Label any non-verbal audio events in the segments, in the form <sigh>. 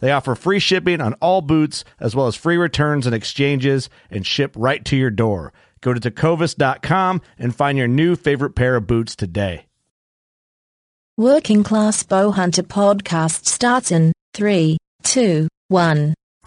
They offer free shipping on all boots, as well as free returns and exchanges, and ship right to your door. Go to tecovas.com and find your new favorite pair of boots today. Working Class Bowhunter podcast starts in three, two, one. I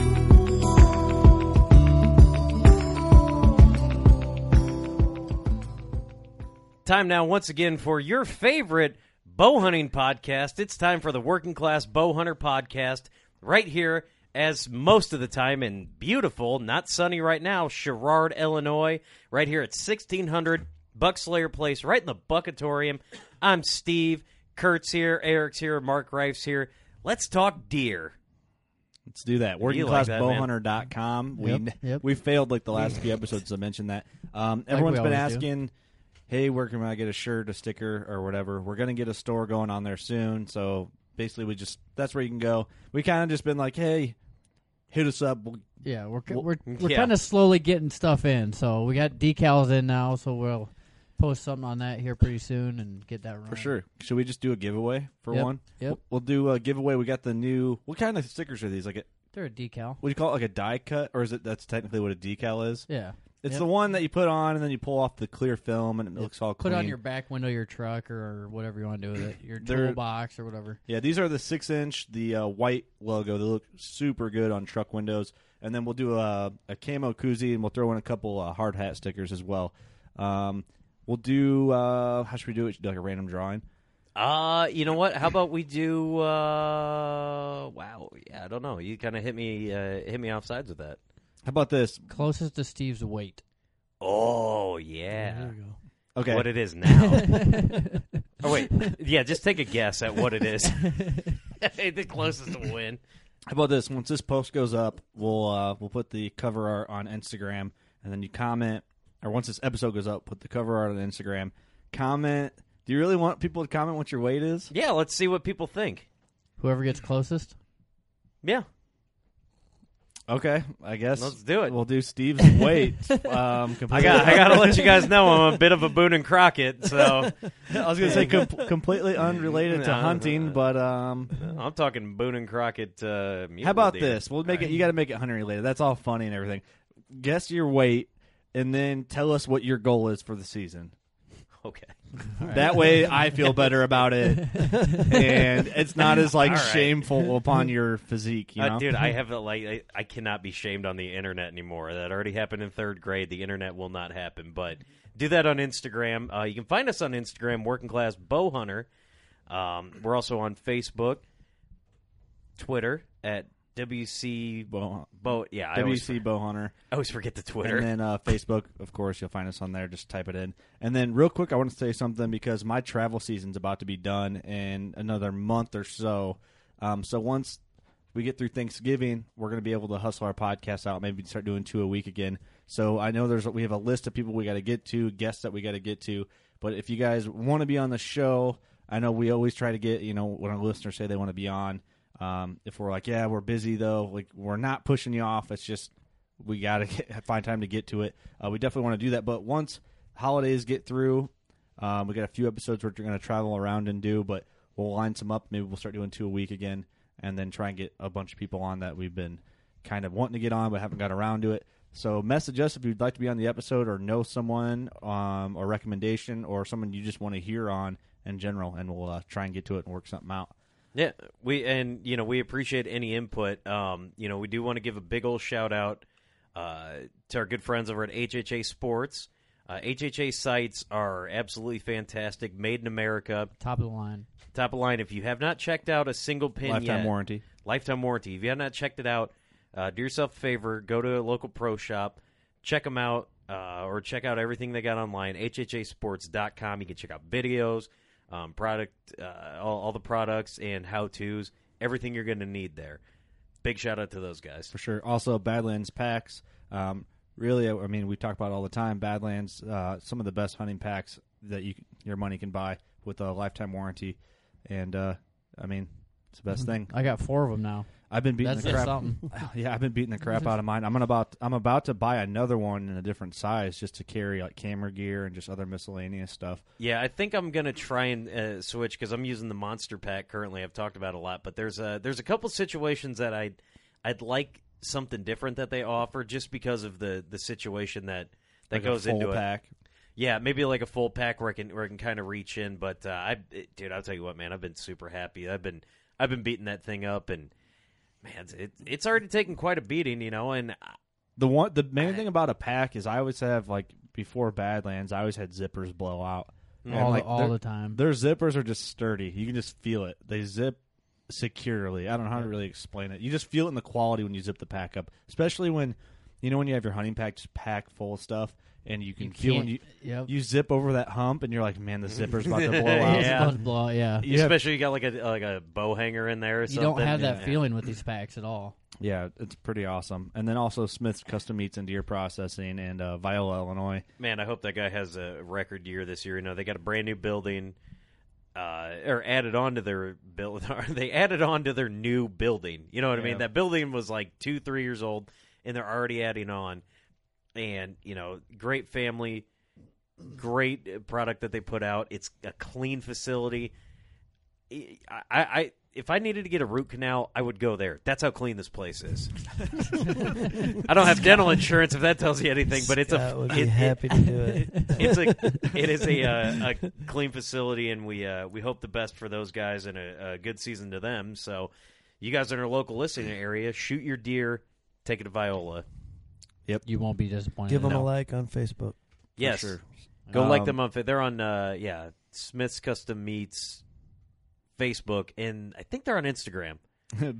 Time now, once again, for your favorite bow hunting podcast. It's time for the Working Class Bow Hunter podcast, right here, as most of the time in beautiful, not sunny right now, Sherrard, Illinois, right here at 1600 Buckslayer Place, right in the Buckatorium. I'm Steve. Kurt's here. Eric's here. Mark Reif's here. Let's talk deer. Let's do that. You like that, man. WorkingClassBowhunter.com. We Yep, yep. we failed like the last few episodes to mention that. Um, everyone's been always do. asking, "Hey, where can I get a shirt, a sticker, or whatever?" We're gonna get a store going on there soon. So basically, we just that's where you can go. We kind of just been like, "Hey, hit us up." We'll, Yeah, we're we're, we're yeah. kind of slowly getting stuff in. So we got decals in now, so we'll post something on that here pretty soon and get that running. for sure. Should we just do a giveaway for Yep, one? yep. We'll, we'll do a giveaway. We got the new. What kind of stickers are these? Like, a, They're a decal. would you call it like a die cut, or is it that's technically what a decal is? Yeah. It's Yep. the one that you put on, and then you pull off the clear film, and it looks all Put clean. on your back window of your truck or, or whatever you want to do with it, your They're- toolbox or whatever. Yeah, these are the six inch, the uh, white logo. They look super good on truck windows. And then we'll do a, a camo koozie, and we'll throw in a couple uh, hard hat stickers as well. Um, we'll do uh, how should we do it? Should we do like a random drawing. Uh, you know what? How about we do? Uh, wow, yeah, I don't know. You kind of hit me, uh, hit me off sides with that. How about this? Closest to Steve's weight. Oh yeah, Okay, what it is <laughs> now? oh wait, yeah, just take a guess at what it is. <laughs> the closest to win. how about this? Once this post goes up, we'll uh, we'll put the cover art on Instagram, and then you comment. Or once this episode goes up, put the cover art on Instagram. Comment. Do you really want people to comment what your weight is? Yeah, let's see what people think. Whoever gets closest. Yeah, Okay, I guess Let's do it. We'll do Steve's <laughs> weight. um, I got, I got to let you guys know I'm a bit of a Boone and Crockett, <laughs> so <laughs> I was gonna say com- <laughs> completely unrelated to No, hunting, but um, I'm talking Boone and Crockett. Uh, mule how about deer. this? We'll make it. You got to make it hunting related. That's all funny and everything. Guess your weight, and then tell us what your goal is for the season. <laughs> Okay. That way, I feel better about it, and it's not as like All right. shameful upon your physique. You Uh, know? dude, <laughs> I have a, like I, I cannot be shamed on the internet anymore. That already happened in third grade. The internet will not happen. But do that on Instagram. Uh, you can find us on Instagram, Working Class Bow Hunter. Um, we're also on Facebook, Twitter at WC Bow- Bow. Yeah, I always, WC Bowhunter, I always forget the Twitter. and then uh, Facebook, of course, you'll find us on there. Just type it in, and then real quick, I want to say something because my travel season's about to be done in another month or so. Um, so once we get through Thanksgiving, we're going to be able to hustle our podcast out, maybe start doing two a week again. So I know there's we have a list of people we got to get to, guests that we got to get to. But if you guys want to be on the show, I know we always try to get you know when our listeners say they want to be on. Um, if we're like, yeah, we're busy though, like we're not pushing you off. It's just we got to <laughs> get, find time to get to it. Uh, we definitely want to do that. But once holidays get through, um, we got a few episodes we're going to travel around and do, but we'll line some up. Maybe we'll start doing two a week again, and then try and get a bunch of people on that we've been kind of wanting to get on but haven't got around to it. So message us if you'd like to be on the episode or know someone um, or recommendation or someone you just want to hear on in general, and we'll uh, try and get to it and work something out. Yeah, we and you know we appreciate any input. Um, you know we do want to give a big old shout out uh, to our good friends over at HHA Sports. Uh, HHA sites are absolutely fantastic, made in America, Top of the line. top of line. If you have not checked out a single pin Lifetime yet- warranty. lifetime warranty. If you have not checked it out, uh, do yourself a favor, go to a local pro shop, check them out, uh, or check out everything they got online. HHASports.com. You can check out videos, um, product, uh, all, all the products and how tos, everything you're going to need there. Big shout out to those guys. for sure. Also, Badlands packs. Um, really, I I mean, we talk about it all the time. Badlands, uh, some of the best hunting packs that you your money can buy with a lifetime warranty, and uh, I mean, it's the best thing. I got four of them now. I've been beating Mm-hmm. That's the crap. something. <laughs> yeah, I've been beating the crap out of mine. I'm gonna about I'm about to buy another one in a different size just to carry like camera gear and just other miscellaneous stuff. Yeah, I think I'm gonna try and uh, switch because I'm using the monster pack currently. I've talked about it a lot, but there's a there's a couple situations that I would I'd like something different that they offer just because of the the situation that that Like a goes full into it. pack. Yeah, maybe like a full pack where I can where I can kind of reach in. But uh, I, it- dude, I'll tell you what, man, I've been super happy. I've been I've been beating that thing up, and man, it's- it, it's already taken quite a beating, you know. And uh, I- The one, the main thing about a pack is I always have like before Badlands, I always had zippers blow out. And, all like, the, all they're- the time. Their zippers are just sturdy. You can just feel it. They zip securely. I don't know how to really explain it. You just feel it in the quality when you zip the pack up, especially when you know when you have your hunting pack just packed full of stuff, and you can You feel when can't- you yep. you zip over that hump, and you're like, man, the zipper's about to blow out. Yeah. It's about to blow out, yeah. You have- especially you got like a like a bow hanger in there. Or You don't something. have that Yeah. feeling with these packs at all. yeah, it's pretty awesome. And then also Smith's Custom Meats and Deer Processing and uh, Viola, Illinois. <laughs> Man, I hope that guy has a record year this year. You know, they got a brand new building, uh, or added on to their <laughs> build. they added on to their new building. You know what I Yeah. mean? That building was like two, three years old, and they're already adding on. And you know, great family, great product that they put out. It's a clean facility. I, I, I if I needed to get a root canal, I would go there. That's how clean this place is. I don't have dental insurance, if that tells you anything. But it's Scott a would it- be it- happy to do it. <laughs> it's a it is a, uh, a clean facility, and we uh, we hope the best for those guys and a, a good season to them. So, you guys in our local listening area, shoot your deer, take it to Viola. You won't be disappointed. Give them No. a like on Facebook. Yes, sure. go like Um, them on. Fa- They're on uh, yeah Smith's Custom Meats Facebook, and I think they're on Instagram.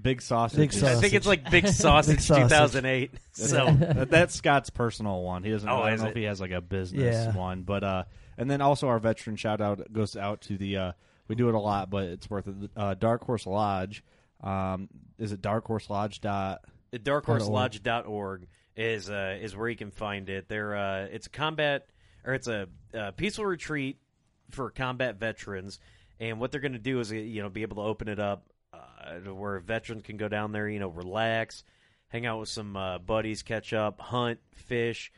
Big <laughs> sausage. Big I think Sausage. it's like Big Sausage, Sausage. 2008. <laughs> So That- that's Scott's personal one. He doesn't. Oh, I don't is know it? if he has like a business Yeah. one, but uh, and then also our veteran shout out goes out to the. Uh, we do it a lot, but it's worth it. Uh, Dark Horse Lodge. Um, is it Dark Horse Lodge dot? darkhorselodge.org is uh, is where you can find it. There, uh, it's a combat or it's a uh, peaceful retreat for combat veterans, and what they're going to do is uh, you know be able to open it up uh, to where veterans can go down there, you know, relax, hang out with some uh, buddies, catch up, hunt, fish,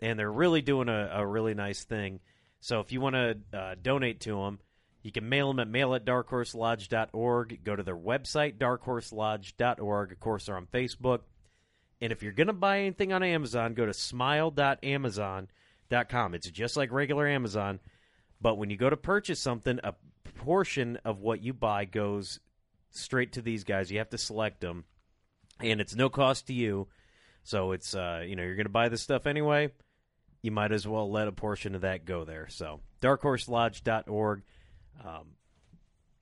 and they're really doing a, a really nice thing. So if you want to uh, donate to them, you can mail them at mail at darkhorselodge.org. Go to their website, darkhorselodge.org. Of course, they're on Facebook. And if you're going to buy anything on Amazon, go to smile.amazon.com. It's just like regular Amazon, But when you go to purchase something, a portion of what you buy goes straight to these guys. You have to select them, and it's no cost to you. So it's uh, you know you're going to buy this stuff anyway. You might as well let a portion of that go there. So darkhorselodge.org. Um,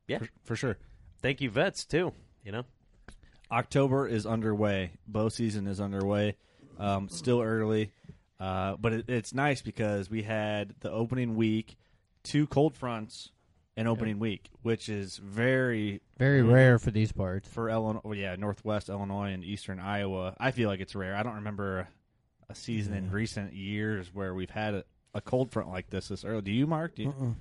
yeah, For, for sure. thank you, vets too. You know, October is underway. Bow season is underway. Um, still early, uh, but it, it's nice because we had the opening week, two cold fronts, an opening week, which is very <laughs> Very rare for these parts. for Illinois. well, Yeah, Northwest Illinois and Eastern Iowa. I feel like it's rare. I don't remember a season in recent years where we've had a, a cold front like this this early. Do you, Mark? Do you, Mm-mm.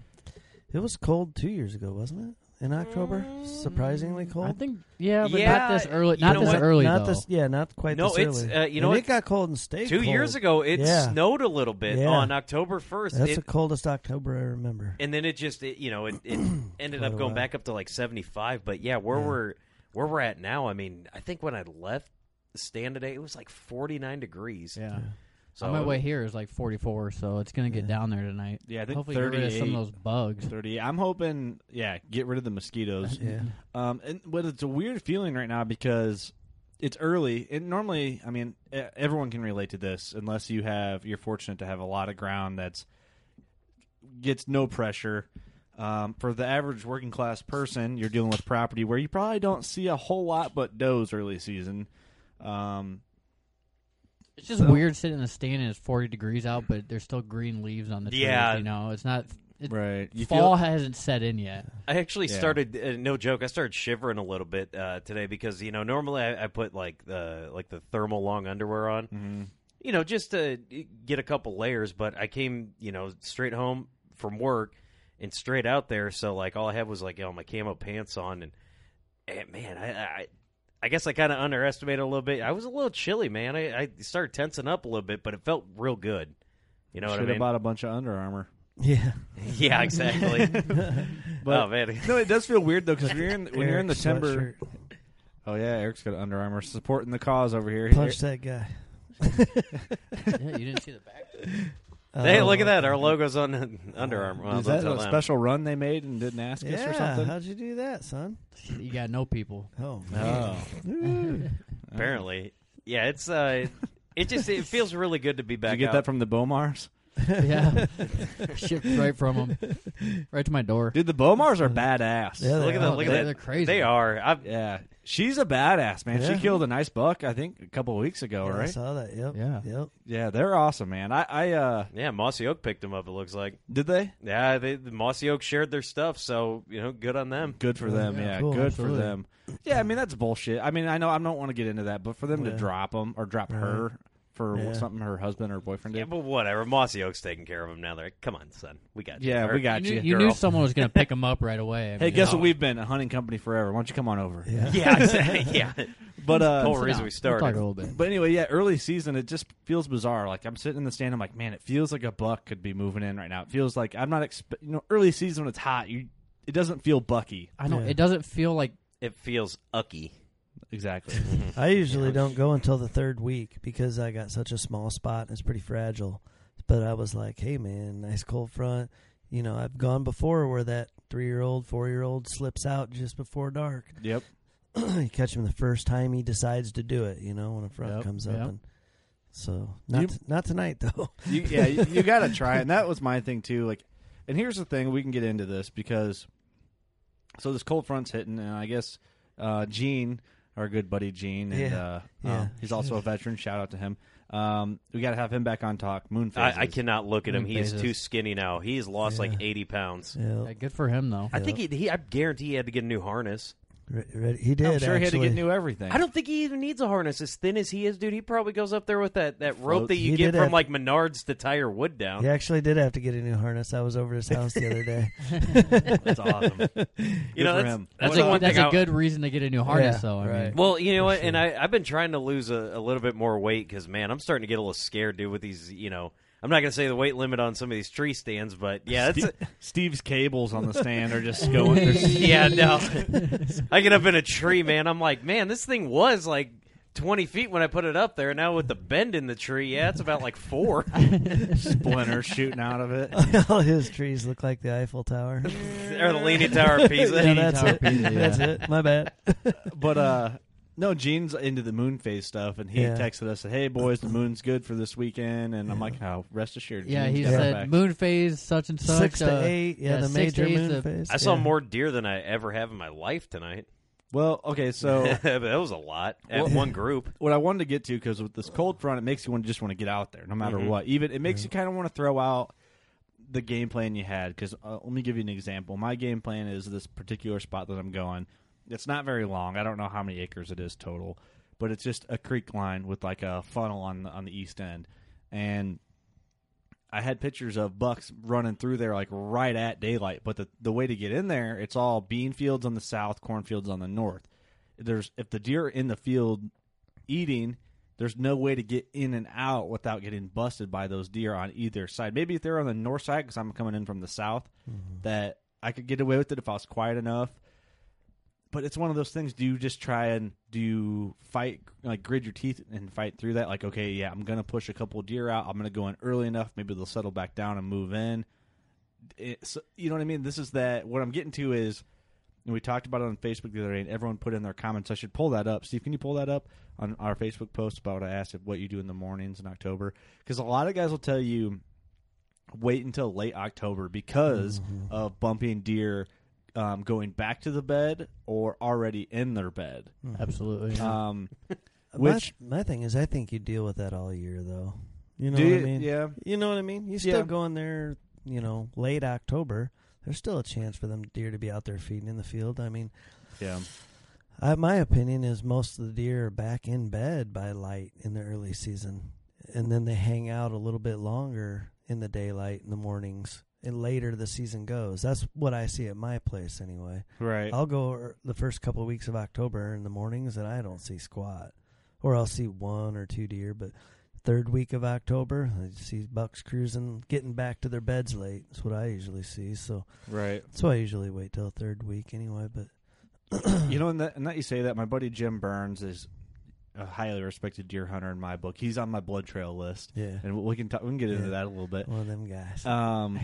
It was cold two years ago, wasn't it? In October, surprisingly cold. Mm. I think, yeah, but Yeah, not this early. you Not know this what? early not though. this, yeah, not quite No, this it's, early. uh, you know and what? it got cold and stayed two cold. years ago it Yeah. snowed a little bit Yeah. on October first. That's the coldest October I remember. and then it just it, you know it, <clears throat> it ended Quite up a going while. back up to like 75 but yeah where we're where we're at now i mean i think when i left the stand today it was like 49 degrees Yeah. so On my way here is like 44, so it's gonna get down there tonight. Yeah, I think Hopefully, get rid of some 38. of those bugs. Thirty. I'm hoping. Yeah, get rid of the mosquitoes. Yeah. Um, and but it's a weird feeling right now because it's early. And normally, I mean, e- everyone can relate to this unless you have you're fortunate to have a lot of ground that's gets no pressure. Um, for the average working class person, you're dealing with property where you probably don't see a whole lot but does early season. Um, It's just weird sitting in a stand and it's 40 degrees out, but there's still green leaves on the trees. Yeah. You know, it's not. It, right. You fall feel hasn't set in yet. I actually Yeah. started. Uh, no joke. I started shivering a little bit uh, today because you know normally I, I put like the like the thermal long underwear on, Mm-hmm. you know, just to get a couple layers. But I came you know straight home from work and straight out there, so like all I had was like all my camo pants on, and, and man, I. I I guess I kind of underestimated a little bit. I was a little chilly, man. I, I started tensing up a little bit, but it felt real good. You know what I should have mean? bought a bunch of Under Armour. Yeah, <laughs> yeah, exactly. <laughs> But- oh man, No, it does feel weird though because when you're in when you're in the Eric's timber. sweatshirt. Oh yeah, Eric's got Under Armour supporting the cause over here. Punch that guy. yeah, you didn't see the back. Hey, Oh, look at that! Our logo's on Under Armour. Well, Is don't that tell a them. special run they made and didn't ask us Yeah, or something? how'd you do that, son? You got no people. Oh, Oh, man. Apparently, yeah. It's uh, it just it feels really good to be did back. you get out. that from the Bomars? Yeah, shipped right from them, right to my door. Dude, the Bomars are badass. Yeah, Look at that! Oh, Look at they- that! they're crazy. They are. I've, Yeah. she's a badass man. Yeah. She killed a nice buck, I think, a couple of weeks ago, Yeah, I right? saw that. Yep. Yeah. Yep. Yeah, they're awesome, man. I, I uh, yeah, Mossy Oak picked them up. It looks like. did they? Yeah, they, the Mossy Oak shared their stuff, so you know, good on them. Good for them. yeah, Yeah, cool. good Absolutely. for them. Yeah, I mean that's bullshit. I mean, I know I don't want to get into that, but for them to Yeah. drop them or drop Right. her for Yeah. something her husband or boyfriend Yeah, did. but whatever. Mossy Oak's taking care of them now. They're like, come on, son, we got you. Yeah, Or- <laughs> we got You, you. knew, you girl. knew someone was gonna pick them up right away. I Hey, mean, guess no. what? We've been a hunting company forever. Why don't you come on over? Yeah. Yeah, exactly. yeah. <laughs> But uh, Whole Sit reason we down. We'll talk started. a little bit. But anyway, yeah, early season, it just feels bizarre. Like I'm sitting in the stand, I'm like, man, it feels like a buck could be moving in right now. It feels like I'm not expect, you know, early season when it's hot, you it doesn't feel bucky. I don't. Yeah. It doesn't feel like It feels ucky. Exactly. I usually don't go until the third week because I got such a small spot and it's pretty fragile. But I was like, hey, man, nice cold front. You know, I've gone before where that three year old, four year old slips out just before dark. <laughs> <clears throat> yep. you catch him the first time he decides to do it, you know, when a front Yep, comes yep. up. And so, not, You- t- not tonight, <laughs> though. You, yeah, you, you got to try. it. And that was my thing too. Like, and here's the thing: we can get into this because so this cold front's hitting, and I guess uh, Gene, our good buddy Gene, and Yeah. uh, Yeah. um, he's also a veteran. Shout out to him. Um, we got to have him back on talk. Moon phases. I, I cannot look at him. Mm, He is phases. too skinny now. He's lost like Yeah. eighty pounds. Yeah. yeah, good for him though. I think he, he. I guarantee he had to get a new harness. Re- re- he did. I'm sure he had to actually. get new everything. I don't think he even needs a harness. As thin as he is, dude, he probably goes up there with that, that rope Float. that you He get did from have- like Menards to tie your wood down. He actually did have to get a new harness. I was over at his house the other <laughs> day. <laughs> That's awesome. you know, for that's, him. that's That's, the a, one that's thing. a I- good reason to get a new harness, Yeah, though. I right. mean, Well, you know what, and I, I've been trying to lose a, a little bit more weight because man, I'm starting to get a little scared, dude. With these, you know, I'm not gonna say the weight limit on some of these tree stands, but <laughs> yeah, it's. Steve- Steve's cables on the stand are just <laughs> going. They're yeah, no. I get up in a tree, man. I'm like, man, this thing was like twenty feet when I put it up there. Now with the bend in the tree, yeah, it's about like four. <laughs> Splinter shooting out of it. All his trees look like the Eiffel <laughs> Tower. or the Leaning Tower of Pisa. yeah, that's Tower it. Pizza, yeah. That's it. My bad. <laughs> <laughs> But uh no, Gene's into the moon phase stuff, and he Yeah. texted us, "Hey boys, the moon's good for this weekend." And I'm like, "How? rest assured." Yeah, Gene's he got our said back." moon phase such and such. six uh, to eight. Yeah, the six to major eight's moon the- phase. I saw yeah. more deer than I ever have in my life tonight. "Well, okay, so <laughs> <laughs> that was a lot at one group. what I wanted to get to because with this cold front, it makes you want to just want to get out there, no matter what. Even it makes you kind of want to throw out the game plan you had. Because uh, let me give you an example. My game plan is this particular spot that I'm going. It's not very long. I don't know how many acres it is total, but it's just a creek line with like a funnel on the, on the east end, and I had pictures of bucks running through there like right at daylight. But the the way to get in there, it's all bean fields on the south, cornfields on the north. There's if the deer are in the field eating, there's no way to get in and out without getting busted by those deer on either side. Maybe if they're on the north side, because I'm coming in from the south, that I could get away with it if I was quiet enough. But it's one of those things. Do you just try and do you fight, like grit your teeth and fight through that? Like, okay, yeah, I'm gonna push a couple deer out. I'm gonna go in early enough. Maybe they'll settle back down and move in. It's, you know what I mean? This is that. What I'm getting to is and we talked about it on Facebook the other day, and everyone put in their comments. I should pull that up. Steve, can you pull that up on our Facebook post about what I asked if what you do in the mornings in October? Because a lot of guys will tell you wait until late October Mm-hmm. Mm. because of bumping deer um, going back to the bed or already in their bed. Absolutely. yeah. <laughs> <laughs> Um, Uh, My- which my, thing is, I think you deal with that all year, though. You know do what I you- mean? yeah. You know what I mean? You still Yeah. go in there, you know, late October. There's still a chance for them deer to be out there feeding in the field. I mean, Yeah. I, my opinion is most of the deer are back in bed by light in the early season, and then they hang out a little bit longer in the daylight in the mornings. And later the season goes. That's what I see at my place anyway. Right. I'll go er- the first couple of weeks of October in the mornings, and I don't see squat, or I'll see one or two deer. But third week of October, I see bucks cruising, getting back to their beds late. That's what I usually see. So <clears throat> Right. that's why I usually wait till third week anyway. But you know, and that, and that you say that, my buddy Jim Burns is a highly respected deer hunter in my book. He's on my blood trail list. Yeah. And we can talk, we can get into Yeah. that a <laughs> little bit. one of them guys. Um,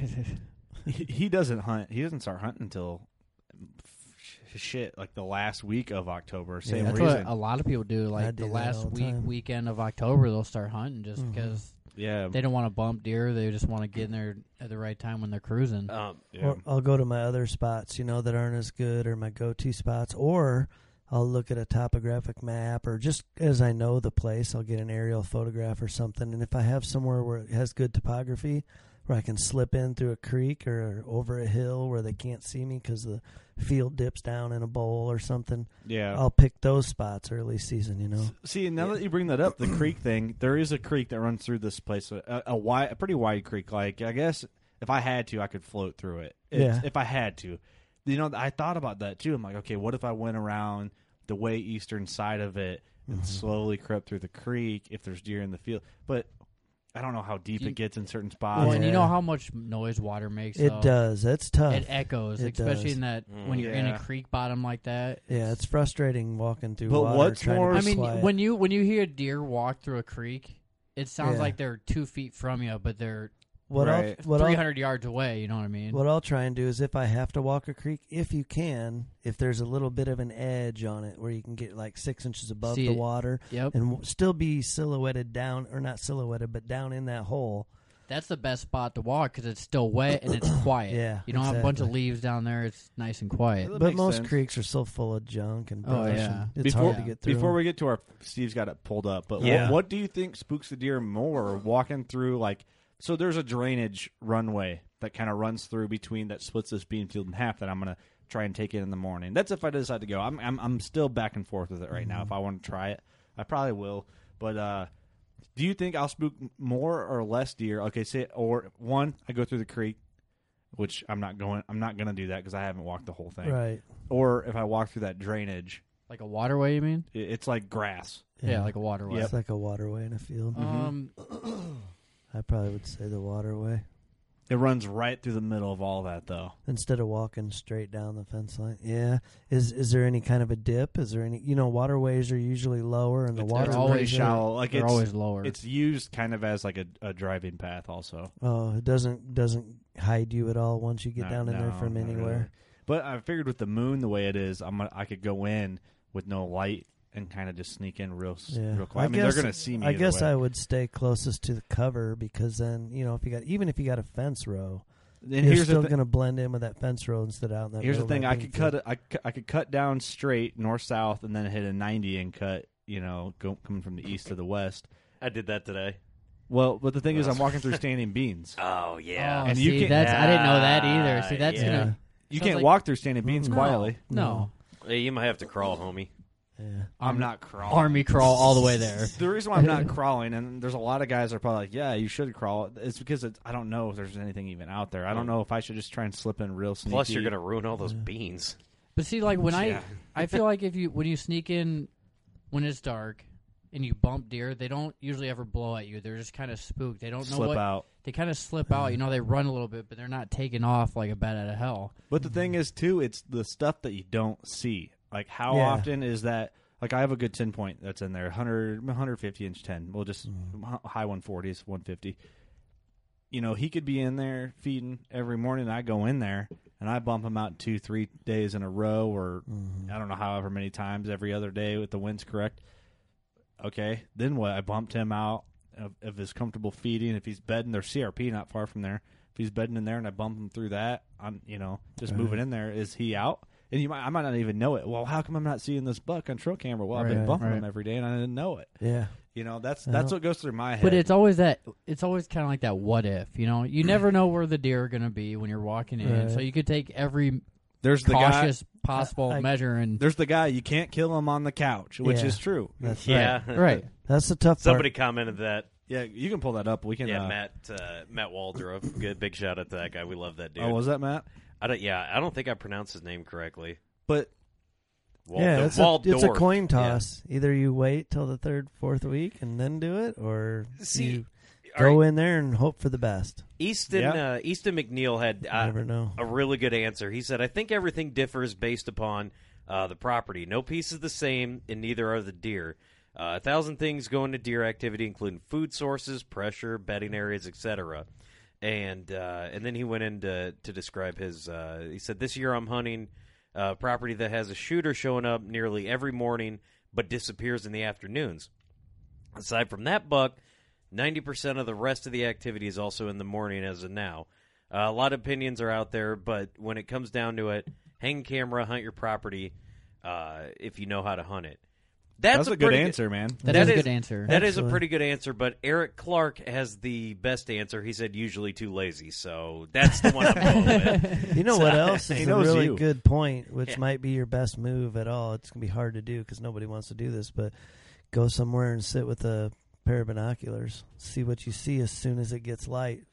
he, he doesn't hunt. He doesn't start hunting until sh- shit like the last week of October. Same That's reason. what a lot of people do. I Like do the that last all the week time. weekend of October, they'll start hunting just Mhm. because yeah. they don't want to bump deer. They just want to get in there at the right time when they're cruising. Um, Or I'll go to my other spots, you know, that aren't as good or my go-to spots, or I'll look at a topographic map or just as I know the place, I'll get an aerial photograph or something. And if I have somewhere where it has good topography, where I can slip in through a creek or over a hill where they can't see me because the field dips down in a bowl or something, yeah. I'll pick those spots early season, you know. See, now that you bring that up, <clears throat> the creek thing. There is a creek that runs through this place, a, a wide, a pretty wide creek. Like I guess if I had to, I could float through it. It's- Yeah. If I had to, you know, I thought about that too. I'm like, okay, what if I went around the way eastern side of it and Mm-hmm. slowly crept through the creek if there's deer in the field? But I don't know how deep You- it gets in certain Well, spots. and you yeah. know how much noise water makes. It though? does. That's tough. It echoes, It especially does. in that Mm, when you're in Yeah. a creek bottom like that. yeah, it's frustrating walking through But water. what's trying to more- be I mean, quiet. when you when you hear a deer walk through a creek, it sounds Yeah. like they're two feet from you, but they're what I'll, Right. what three I'll hundred yards away. You know what I mean? What I'll try and do is if I have to walk a creek, if you can, if there's a little bit of an edge on it where you can get like six inches above See the it. water Yep, and w- still be silhouetted down, or not silhouetted, but down in that hole. that's the best spot to walk because it's still wet and it's quiet. Yeah, you don't have a bunch of exactly. leaves down there. It's nice and quiet. That but makes most sense. creeks are so full of junk and Oh, brush. yeah. and it's Before- hard to get through. Before we get to our Steve's got it pulled up, but Yeah. what, what do you think spooks the deer more walking through like so there's a drainage runway that kind of runs through between that splits this bean field in half that I'm going to try and take it in the morning. That's if I decide to go. I'm I'm I'm still back and forth with it right now Mm-hmm. if I want to try it. I probably will, but uh do you think I'll spook more or less deer? Okay, say or one, I go through the creek, which I'm not going I'm not going to do that cuz I haven't walked the whole thing. right? Or if I walk through that drainage, Like a waterway, you mean? it- it's like grass. Yeah, like a waterway. It's Mm-hmm. like a waterway in a field. Um, I probably would say the waterway. It runs right through the middle of all that, though. instead of walking straight down the fence line. Yeah. Is is there any kind of a dip? Is there any you know waterways are usually lower and the It's- water it's always pretty shallow. Like they're it's always lower. It's used kind of as like a, a driving path, also. Oh, it doesn't doesn't hide you at all once you get No, down in there no, from not really. anywhere. But I figured with the moon the way it is, I'm gonna, I could go in with no light and kind of just sneak in real s- Yeah. real quick. I, mean, guess, they're gonna see me. I either guess way. I would stay closest to the cover because then, you know, if you got even if you got a fence row, And you're here's still the thing. going to blend in with that fence row instead of out in that Here's the middle of that thing. I pink could cut. field. it- I, c- I could cut down straight north south and then hit a 90 and cut. You know, go, coming from the east to the west. I did that today. Well, but the thing is, I'm <laughs> walking through standing beans. Oh Oh, yeah. And see, you can- that's I didn't know that either. Ah, See, that's yeah. gonna You Sounds can't like- walk through standing beans No. quietly. no Oh. Hey, you might have to crawl, homie. Yeah. I'm not crawling. army crawl all the way there. The reason why I'm not crawling, and there's a lot of guys that are probably like, "Yeah, you should crawl." It's because it's, I don't know if there's anything even out there. I don't know if I should just try and slip in real sneaky. Plus, you're gonna ruin all those beans. But see, like when Yeah. I, I feel like if you when you sneak in when it's dark and you bump deer, they don't usually ever blow at you. They're just kind of spooked. They don't know slip what out. they kind of slip out. You know, they run a little bit, but they're not taking off like a bat out of hell. But the thing is, too, it's the stuff that you don't see. Like, how Yeah. often is that? Like, I have a good 10 point that's in there 100, 150 inch 10. We'll just h- high 140s, 150. You know, he could be in there feeding every morning. I go in there and I bump him out two, three days in a row, or I don't know, however many times every other day with the wind's correct. Okay, then what? I bumped him out of, of his comfortable feeding. If he's bedding, there's CRP not far from there. If he's bedding in there and I bump him through that, I'm you know just moving in there. Is he out? And you might I might not even know it. Well, how come I'm not seeing this buck on trail camera? Well, I've been Right, bumping right. him every day and I didn't know it. Yeah. You know that's that's know. what goes through my head. But it's always that it's always kind of like that what if, you know? You never know where the deer are going to be when you're walking in. Right. So you could take every there's the guy. cautious possible I- measure and There's the guy you can't kill him on the couch, which Yeah. is true. That's Yeah. right. That's the tough Somebody part. commented that. Yeah, you can pull that up. We can. Yeah, uh, Matt uh, Matt Waldrop. Good big shout out to that guy. We love that dude. Oh, was that Matt? I don't. Yeah, I don't think I pronounced his name correctly. But Wal- yeah, the it's a, it's a Waldorf. coin Yeah. toss. Either you wait till the third, fourth week and then do it, or See, you all right, go in there and hope for the best. Easton Yeah. uh, Easton McNeil had uh, Never know. a really good answer. He said, "I think everything differs based upon uh, the property. No piece is the same, and neither are the deer. Uh, a thousand things go into deer activity, including food sources, pressure, bedding areas, etc." And uh, and then he went in to, to describe his. Uh, he said, "This year I'm hunting uh, property that has a shooter showing up nearly every morning, but disappears in the afternoons. Aside from that buck, 90% of the rest of the activity is also in the morning as of now. Uh, a lot of opinions are out there, but when it comes down to it, hang camera, hunt your property uh, if you know how to hunt it. That's, that's, a good pretty answer, man. That That is a is- good answer. That is a Excellent. pretty good answer, but Eric Clark has the best answer. He said usually too lazy, so that's the one I'm going <laughs> with. <laughs> You know what else He is a knows really you. good point, which might be your best move at all. It's gonna be hard to do because nobody wants to do this, but go somewhere and sit with a pair of binoculars, see what you see as soon as it gets light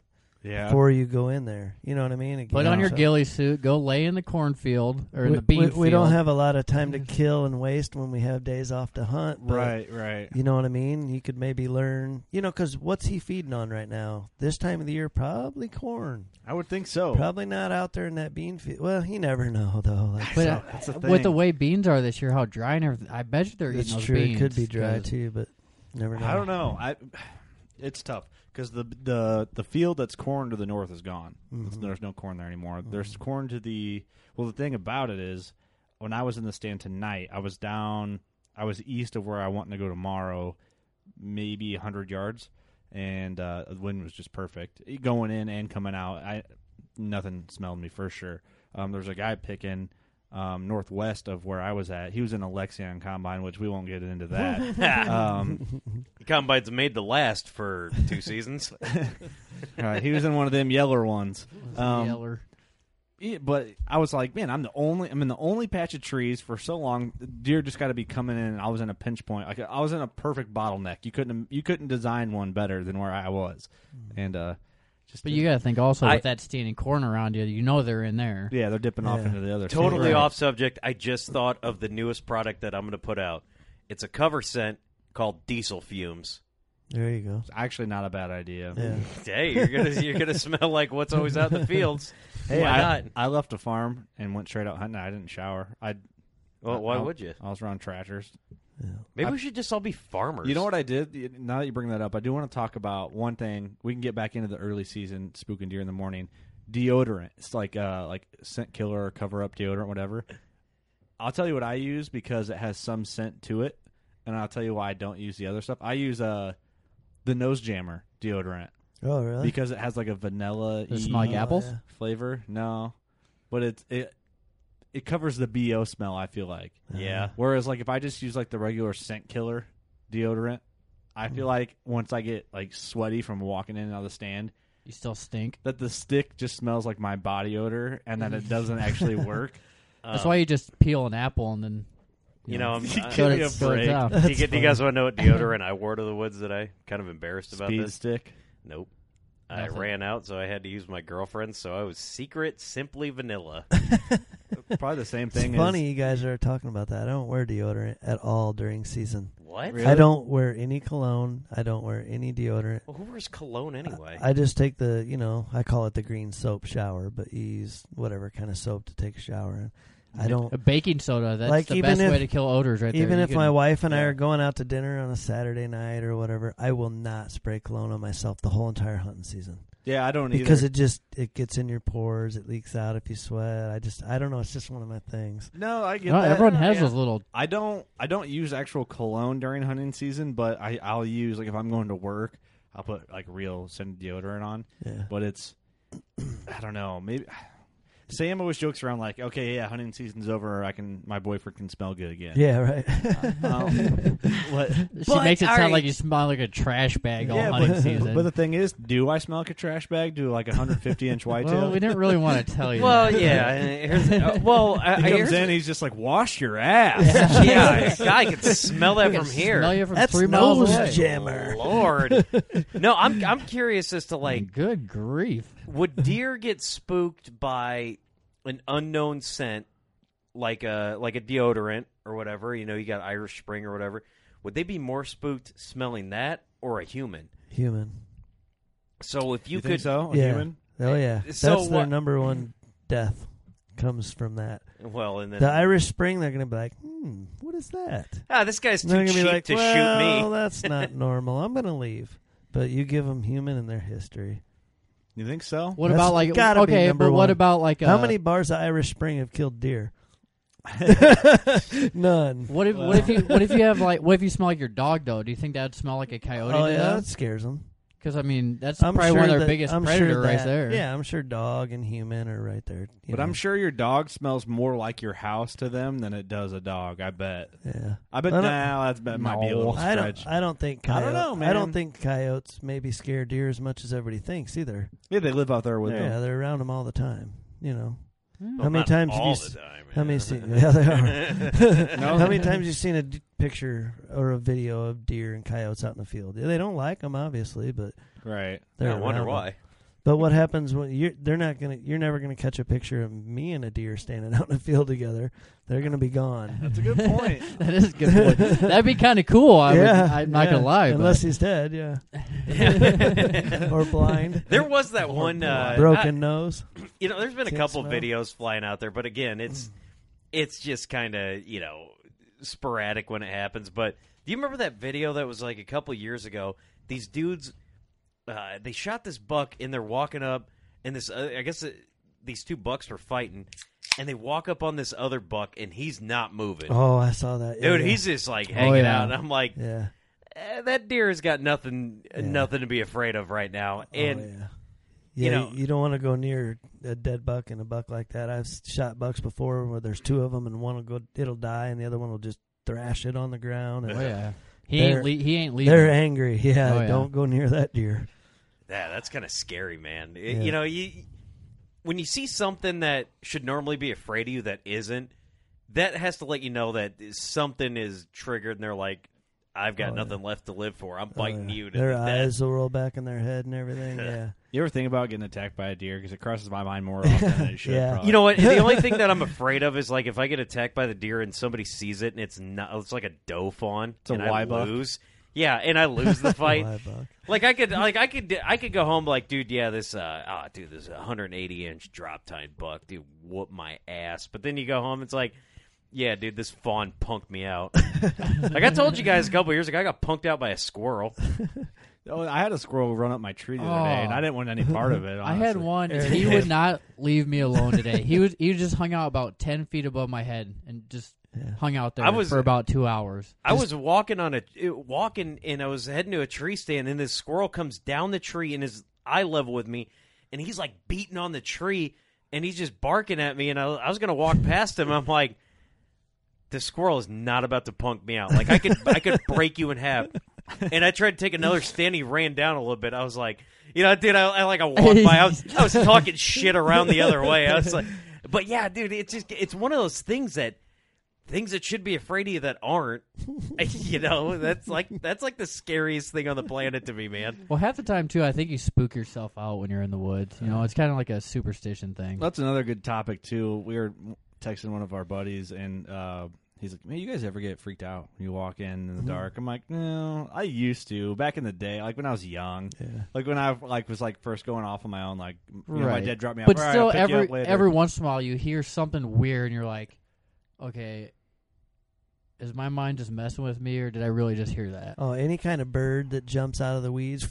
Yeah. before you go in there. You know what I mean? It Put gives on you your some- ghillie suit, go lay in the cornfield or in we, the bean we- field. we don't have a lot of time to kill and waste when we have days off to hunt, but Right. Right. You know what I mean? You could maybe learn, you know, because what's he feeding on right now? This time of the year, probably corn. I would think so. Probably not out there in that bean field. Well, you never know though. Like, But So, uh, that's the with the thing. way beans are this year, how dry and everything, I bet you they're It's eating those true. beans. It could be dry 'cause- too, but never know. I don't know. I it's tough because the the the field that's corn to the north is gone. It's- There's no corn there anymore. There's corn to the well. The thing about it is, when I was in the stand tonight, I was down. I was east of where I want to go tomorrow, maybe hundred yards, and uh, the wind was just perfect going in and coming out. I nothing smelled me for sure. Um, There's a guy picking. Um, northwest of where I was at, he was in a Lexion combine, which we won't get <laughs> into that. um, Combine's made the last for two seasons. Right, he was in one of them yeller ones. Um, Yeller. yeah, but I was like, man, I'm the only, I'm in the only patch of trees for so long. Deer just got to be coming in. and I was in a pinch point. Like I was in a perfect bottleneck. You couldn't, you couldn't design one better than where I was. Mm-hmm. And uh, just, But you got to think also I- with that standing corn around you, you know they're in there. yeah, they're dipping off Yeah. into the <laughs> other. Totally field. off subject. I just thought of the newest product that I'm going to put out. It's a cover scent called Diesel Fumes. There you go. It's actually not a bad idea. Yeah. Hey, you're gonna you're gonna smell like what's always out <laughs> in the fields. Hey, Why I, not? I left a farm and went straight out hunting. I didn't shower. I Well, why I- would you? I was around tractors. Maybe I- we should just all be farmers. You know what I did? Y- Now that you bring that up, I do want to talk about one thing. We can get back into the early season spooking deer in the morning. Deodorant. It's like uh like scent killer or cover up deodorant, whatever. I'll tell you what I use because it has some scent to it, and I'll tell you why I don't use the other stuff. I use uh the nose jammer deodorant Oh, really? because it has like a vanilla Does it smell like Oh, apples? yeah. flavor. No, but it it it covers the bo smell. I feel like. Yeah. Whereas like if I just use like the regular scent killer deodorant, I feel like once I get like sweaty from walking in and out of the stand, You still stink. that the stick just smells like my body odor, and that it doesn't actually work. That's Um, <laughs> why you just peel an apple and then you know, <laughs> I'm, You I- give cut me a it, <laughs> cut it <laughs> break. off. do, you get, do you guys want to know what deodorant I wore to the woods that I kind of embarrassed about Speed this? stick. Nope. I Nothing. ran out, so I had to use my girlfriend's. So I was secret, simply vanilla. <laughs> Probably the same It's thing. funny you guys are talking about that. I don't wear deodorant at all during season. what? Really? I don't wear any cologne. I don't wear any deodorant. Well, who wears cologne anyway? I just take the, you know, I call it the green soap shower, but you use whatever kind of soap to take a shower in. I don't. A baking soda. That's Like, the even best if- way to kill odors, right there. Even You if can- my wife and I yeah. are going out to dinner on a Saturday night or whatever, I will not spray cologne on myself the whole entire hunting season Is, yeah, I don't because either. it just it gets in your pores, it leaks out if you sweat. I just I don't know. It's just one of my things. no, I get No, that. everyone has Yeah. those little. I don't I don't use actual cologne during hunting season, but I I'll use like if I'm going to work, I'll put like real scented deodorant on. Yeah. But it's I don't know maybe. Sam always jokes around like, okay, yeah, hunting season's over. I can my boyfriend can smell good again. Yeah. Right. Uh-huh. <laughs> Um, what? She But makes it I- sound like you smell like a trash bag all Yeah, hunting but, season. but the thing is, do I smell like a trash bag? Do like a 150 inch whitetail? well, we didn't really want to tell you. <laughs> Well, that. yeah. and Here's, <laughs> uh, well, I, he I- comes here's- in, he's just like, wash your ass. <laughs> <laughs> yeah, I can smell that I can from here. Smell you from That's three miles nose away. jam. Jammer. <laughs> Lord, no, I'm I'm curious as to like Good grief! would deer get spooked by an unknown scent like a like a deodorant or whatever you know you got irish spring or whatever would they be more spooked smelling that or a human <laughs> Human. so if you, You think could so? A Yeah. human? Oh yeah. So That's their what- number one death comes from that. well and then The Irish Spring, they're gonna be like, hmm, what is that? ah, this guy's They're too gonna cheap be like, to well, shoot me that's <laughs> not normal. I'm gonna leave. But you give them human in their history. You think so? What That's about like gotta be okay? number but what one. about like How uh, many bars of Irish Spring have <laughs> killed deer? None. What if what if you what if you have like what if you smell like your dog though? Do you think that would smell like a coyote? Oh yeah, that scares them. because I mean that's I'm probably sure one of their that- biggest I'm predator sure right that- there. Yeah, I'm sure dog and human are right there. you But I'm know. sure your dog smells more like your house to them than it does a dog. I bet. Yeah. I bet I don't- now that's that might be a No. little I stretch. don't. I don't think. I Coyote, don't know, I don't man. think coyotes maybe scare deer as much as everybody thinks either. yeah, they live out there with Yeah, them. they're around them all the time. You know. Hmm. How many Not times have all you? the s- time, How many yeah. seen? <laughs> <laughs> Yeah, they are. <laughs> How many times you seen a d- picture or a video of deer and coyotes out in the field? Yeah, They don't like them, obviously, but Right. they're. i wonder around 'em. why But what happens when you're? They're not gonna. You're never gonna catch a picture of me and a deer standing <laughs> out in the field together. They're gonna be gone. <laughs> That's a good point. <laughs> that is a good. Point. That'd be kind of cool. I yeah, would, I'm not yeah. gonna lie. Unless but he's dead, <laughs> yeah, <laughs> or blind, <laughs> there was that one uh, <laughs> broken nose. you know there's been a Can't couple smell. Mm. videos flying out there but again it's it's just kind of you know sporadic when it happens but do you remember that video that was like a couple years ago these dudes uh, they shot this buck and they're walking up and this uh, i guess uh, these two bucks were fighting and they walk up on this other buck and he's not moving Oh, I saw that. Yeah, dude yeah. he's just like hanging yeah. out and i'm like yeah. eh, that deer has got nothing nothing to be afraid of right now and oh, yeah. you Yeah, you, know- you don't want to go near a dead buck and a buck like that. I've shot bucks before where there's two of them and one will go, it'll die, and the other one will just thrash it on the ground. oh And yeah, he ain't They're- le- he ain't leaving. They're angry. Yeah, Oh, yeah. don't go near that deer. Yeah, that's kind of scary, man. It- Yeah. You know, you when you see something that should normally be afraid of you that isn't, that has to let you know that something is triggered, and they're like, "I've got Oh, yeah. nothing left to live for. I'm Oh, biting yeah. you." To Their death." eyes will roll back in their head and <laughs> everything. Yeah. You ever think about getting attacked by a deer? Because it crosses my mind more often than it should. Yeah. probably. You know what? The only thing that <laughs> I'm afraid of is like if I get attacked by the deer and somebody sees it and it's not, it's like a doe fawn, a and I wybuck. lose. Yeah, and I lose <laughs> the fight. Five bucks. Like I could, like I could, I could go home like, dude, yeah, this, uh, ah, dude, this 180 inch drop time buck, dude, whoop my ass. But then you go home, it's like, yeah, dude, this fawn punked me out. <laughs> like I told you guys a couple years ago, I got punked out by a squirrel. Oh, I had a squirrel run up my tree the other day, and Oh. I didn't want any part of <laughs> it. I had honestly. one. and He would not leave me alone today. He was he just hung out about ten feet above my head and just hung out there I was- for about two hours. I was walking on a it- walking, and I was heading to a tree stand, and this squirrel comes down the tree and is eye level with me, and he's like beating on the tree, and he's just barking at me, and I, I was gonna walk past him, and I'm like, the squirrel is not about to punk me out. Like I could I could break you in half. And I tried to take another stand. He ran down a little bit. I was like, you know, dude, I, I like I walked by. I was I was talking shit around the other way. I was like, but yeah, dude, it's just it's one of those things that things that should be afraid of you that aren't. <laughs> you know, that's like that's like the scariest thing on the planet to me, man. Well, half the time too, I think you spook yourself out when you're in the woods. You know, it's kind of like a superstition thing. That's another good topic too. We were texting one of our buddies, and uh, he's like, "Man, you guys ever get freaked out when you walk in in the dark?" I'm like, "No, I used to back in the day, like when I was young, like when I like was like first going off on my own. Like, you know, my dad dropped me off, But "All right, still, I'll pick you every up later." every once in a while, you hear something weird, and you're like, okay. Is my mind just messing with me, or did I really just hear that? Oh, any kind of bird that jumps out of the weeds,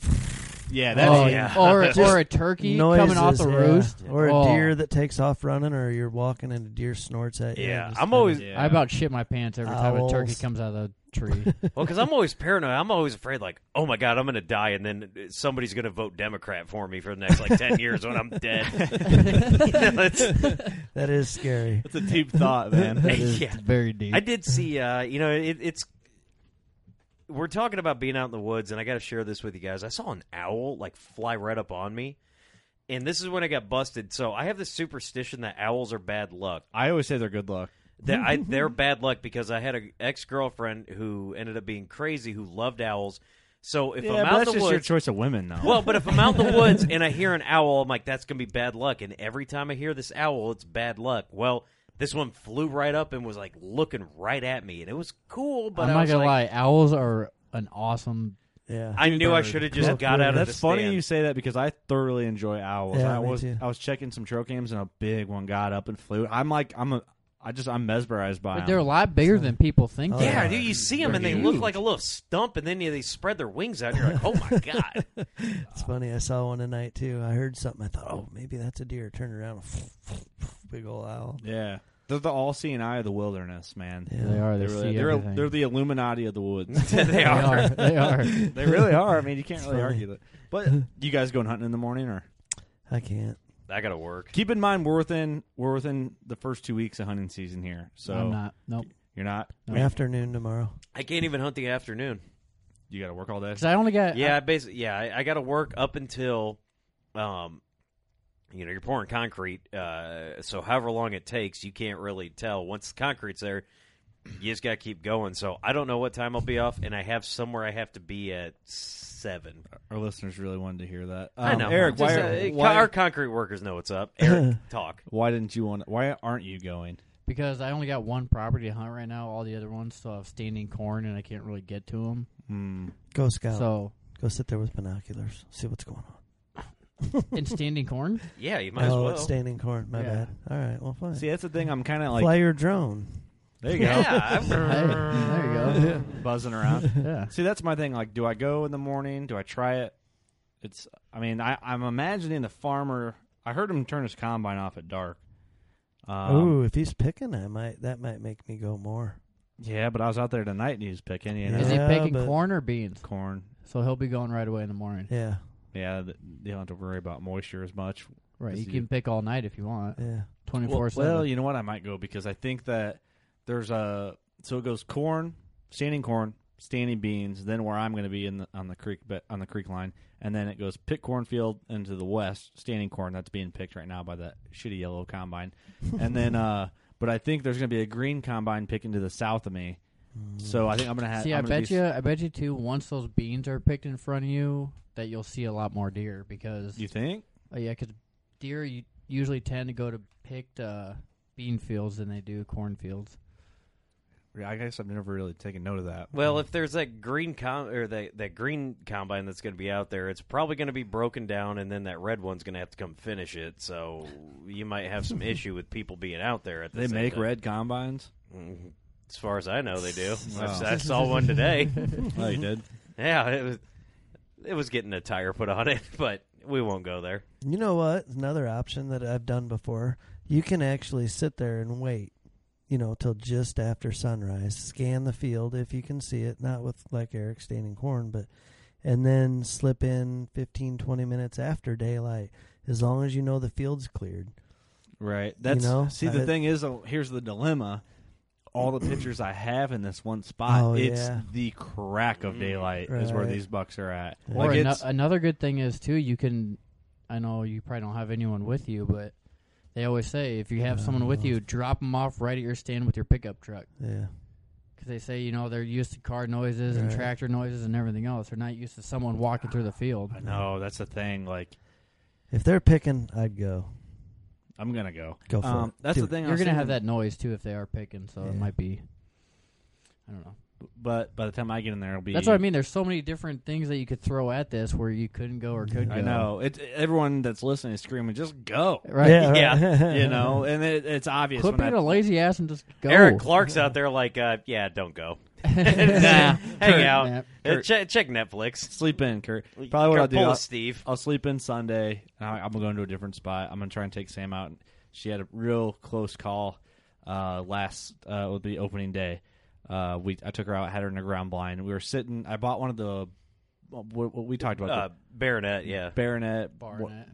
<laughs> yeah, that's Oh, yeah. <laughs> Or, Just or a turkey noises, coming off the yeah. roost, or a Oh, deer that takes off running, or you're walking and a deer snorts at you. Yeah, Just I'm kinda- always Yeah. I about shit my pants every time a turkey Owls. comes out of the <laughs> tree. <laughs> well because I'm always paranoid. I'm always afraid, like, oh my god, I'm gonna die, and then somebody's gonna vote Democrat for me for the next like ten years when I'm dead. <laughs> You know, it's- That is scary. That's a deep thought, man. <laughs> yeah. Very deep. I did see, uh, you know, it, it's. We're talking about being out in the woods, and I got to share this with you guys. I saw an owl like fly right up on me, and this is when I got busted. So I have this superstition that owls are bad luck. I always say they're good luck. That <laughs> I, they're bad luck because I had an ex girlfriend who ended up being crazy who loved owls. So if yeah, I'm but out that's in the just your woods, choice of women, though. well, but if I'm out in <laughs> the woods and I hear an owl, I'm like, that's gonna be bad luck. And every time I hear this owl, it's bad luck. Well, this one flew right up and was like looking right at me, and it was cool. But I'm I not was gonna like, lie, owls are an awesome. Yeah. I knew I should have just Cool got bird. out of That's the funny stand. you say that because I thoroughly enjoy owls. Yeah, I me was too. I was checking some trail cams and a big one got up and flew. I'm like I'm a I just I'm mesmerized by But them. they're a lot bigger than people think. Oh, they yeah, are. dude, you see them and they look like a little stump, and then you, they spread their wings out. And you're like, oh <laughs> my god! It's funny. I saw one tonight too. I heard something. I thought, oh, maybe that's a deer. Turned around, <laughs> big old owl. yeah. They're the all-seeing eye of the wilderness, man. They are. They, They really, see they're, everything. they're the Illuminati of the <laughs> woods. <laughs> they They are. are. They are. they really are. I mean, you can't It's really funny. argue that. But you guys going hunting in the morning, or I can't. I gotta work. keep in mind we're within we're within the first two weeks of hunting season here. So I'm not. Nope. you're not. Afternoon tomorrow. I can't even hunt the afternoon. You got to work all day. Because I only got. Yeah, I basically. Yeah, I, I gotta work up until, um, you know, you're pouring concrete. Uh, so however long it takes, you can't really tell. Once the concrete's there, you just gotta keep going. So I don't know what time I'll be off, and I have somewhere I have to be at seven. Our listeners really wanted to hear that. I Um, know, Eric. Just, why, uh, why, our concrete workers know what's up. <laughs> Eric, talk. why didn't you want? Why aren't you going? Because I only got one property to hunt right now. All the other ones still have standing corn, and I can't really get to them. Hmm. Go scout. So, Go sit there with binoculars. See what's going on. in standing <laughs> corn, Yeah, you <laughs> might as oh, well. it's standing corn. My Yeah. bad. All right. Well, fine. See, that's the thing. I'm kind of like Fly your drone. there you go, yeah, I- Hey, <laughs> there you go. buzzing around. Yeah. See, that's my thing. Like, do I go in the morning? Do I try it? It's. I mean, I, I'm imagining the farmer. I heard him turn his combine off at dark. Um, Ooh, if he's picking, I might. That might make me go more. Yeah, but I was out there tonight and he was picking. You know, Is he Yeah, picking but- corn or beans? corn. So he'll be going right away in the morning. Yeah. Yeah, th- they don't have to worry about moisture as much. Right. Is You he- can pick all night if you want. Yeah. Twenty Well, four well, seven. you know what? I might go because I think that there's a so it goes corn, standing corn, standing beans, then where I'm going to be in the, on the creek but on the creek line, and then it goes pick cornfield into the west, standing corn that's being picked right now by that shitty yellow combine, and then <laughs> uh, but I think there's going to be a green combine picking to the south of me, Mm. so I think I'm going to have. See, I I'm gonna bet be- you, I bet you too. Once those beans are picked in front of you, that you'll see a lot more deer because You think? Oh, yeah, because deer u- usually tend to go to picked uh, bean fields than they do corn fields. I guess I've never really taken note of that. Well, if there's that green com or that, that green combine that's going to be out there, it's probably going to be broken down, and then that red one's going to have to come finish it. So you might have <laughs> some issue with people being out there at the they same make time. red combines. Mm, As far as I know, they <laughs> do. I, I saw one <laughs> today. Oh, you did. yeah, it was it was getting a tire put on it, <laughs> but we won't go there. You know what? Another option that I've done before. You can actually sit there and wait, you know, till just after sunrise. Scan the field if you can see it, not with like Eric staining corn, but and then slip in 15 20 minutes after daylight as long as you know the field's cleared. Right. That's know, see the I- thing is though, here's the dilemma. All the pictures I have in this one spot, Oh, it's yeah. the crack of daylight is where Right. these bucks are at. Or Like ano- it's, another good thing is too, you can. I know you probably don't have anyone with you, but they always say if you have someone Uh. with you, drop them off right at your stand with your pickup truck Yeah. because they say you know they're used to car noises and Right. tractor noises and everything else. They're not used to someone walking through the field. I know that's the thing. Like If they're picking, I'd go. I'm gonna go. Go for Um, it. That's Do the it. thing. I You're was gonna have thinking, that noise too if they are picking, so it Yeah. might be. I don't know. But by the time I get in there, it'll be. That's what I mean. There's so many different things that you could throw at this where you couldn't go or could go. I know. It, everyone that's listening is screaming, "Just go!" Right. <laughs> Yeah, you know, and it, it's obvious. Quit when being <laughs> I- a lazy ass and just go. Eric Clark's out there like, uh, yeah, don't <laughs> go. <laughs> Nah. Hang out. Nap. Uh, che- check Netflix. sleep in, Kurt. Probably what Or I'll do. pull a I'll, Steve. I'll sleep in Sunday, and I, I'm going to a different spot. I'm going to try and take Sam out. She had a real close call uh, last uh, would be opening day. Uh, we I took her out, had her in a ground blind. We were sitting. I bought one of the what, what we talked about Uh, the Baronet, yeah. Baronet, Uh, Barnett. what-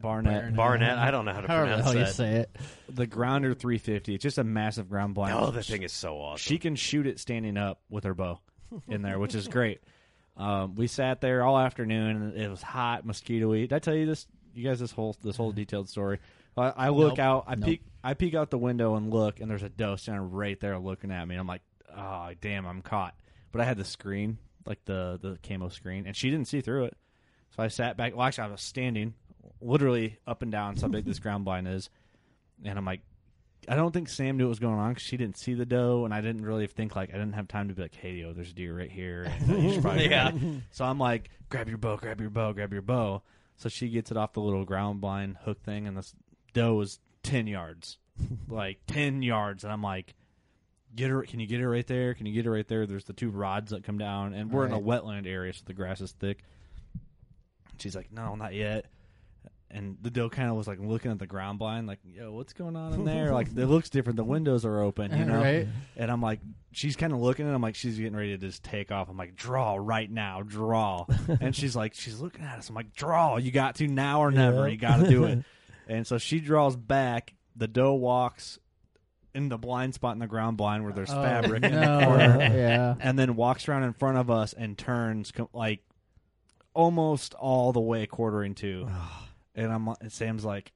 Barnett. Barnett, Barnett, I don't know how to However the pronounce hell you that. say it. the Grounder 350. It's just a massive ground blind. Oh, that thing is so awesome. She can shoot it standing up with her bow in there, which is great. <laughs> Um, we sat there all afternoon, and it was hot, mosquitoey. Did I tell you this? You guys, this whole this whole detailed story. I, I look Nope. out, I Nope. peek, I peek out the window and look, and there's a doe standing right there looking at me. I'm like, oh damn, I'm caught. But I had the screen, like the the camo screen, and she didn't see through it. So I sat back. Well, actually, I was standing, literally up and down. So big this ground blind is, and I'm like, I don't think Sam knew what was going on because she didn't see the doe, and I didn't really think like I didn't have time to be like, "Hey, yo, there's a deer right here." and, uh, you should probably- Yeah. So I'm like, "Grab your bow, grab your bow, grab your bow." So she gets it off the little ground blind hook thing, and this doe is ten yards, like ten yards, and I'm like, "Get her! Can you get her right there? Can you get her right there?" There's the two rods that come down, and we're in a wetland area, so the grass is thick. She's like, "No, not yet." and the doe kind of was like looking at the ground blind, like, "Yo, what's going on in there?" like, it looks different. The windows are open, you know. <laughs> Right. And I'm like, she's kind of looking, and I'm like, she's getting ready to just take off. I'm like, "Draw right now, <laughs> draw." and she's like, she's looking at us. I'm like, "Draw, you got to now or never. Yeah. You got to <laughs> do it." and so she draws back. The doe walks in the blind spot in the ground blind where there's Oh, fabric in the no. corner yeah. and then walks around in front of us and turns com- like almost all the way quartering to. and I'm and Sam's like,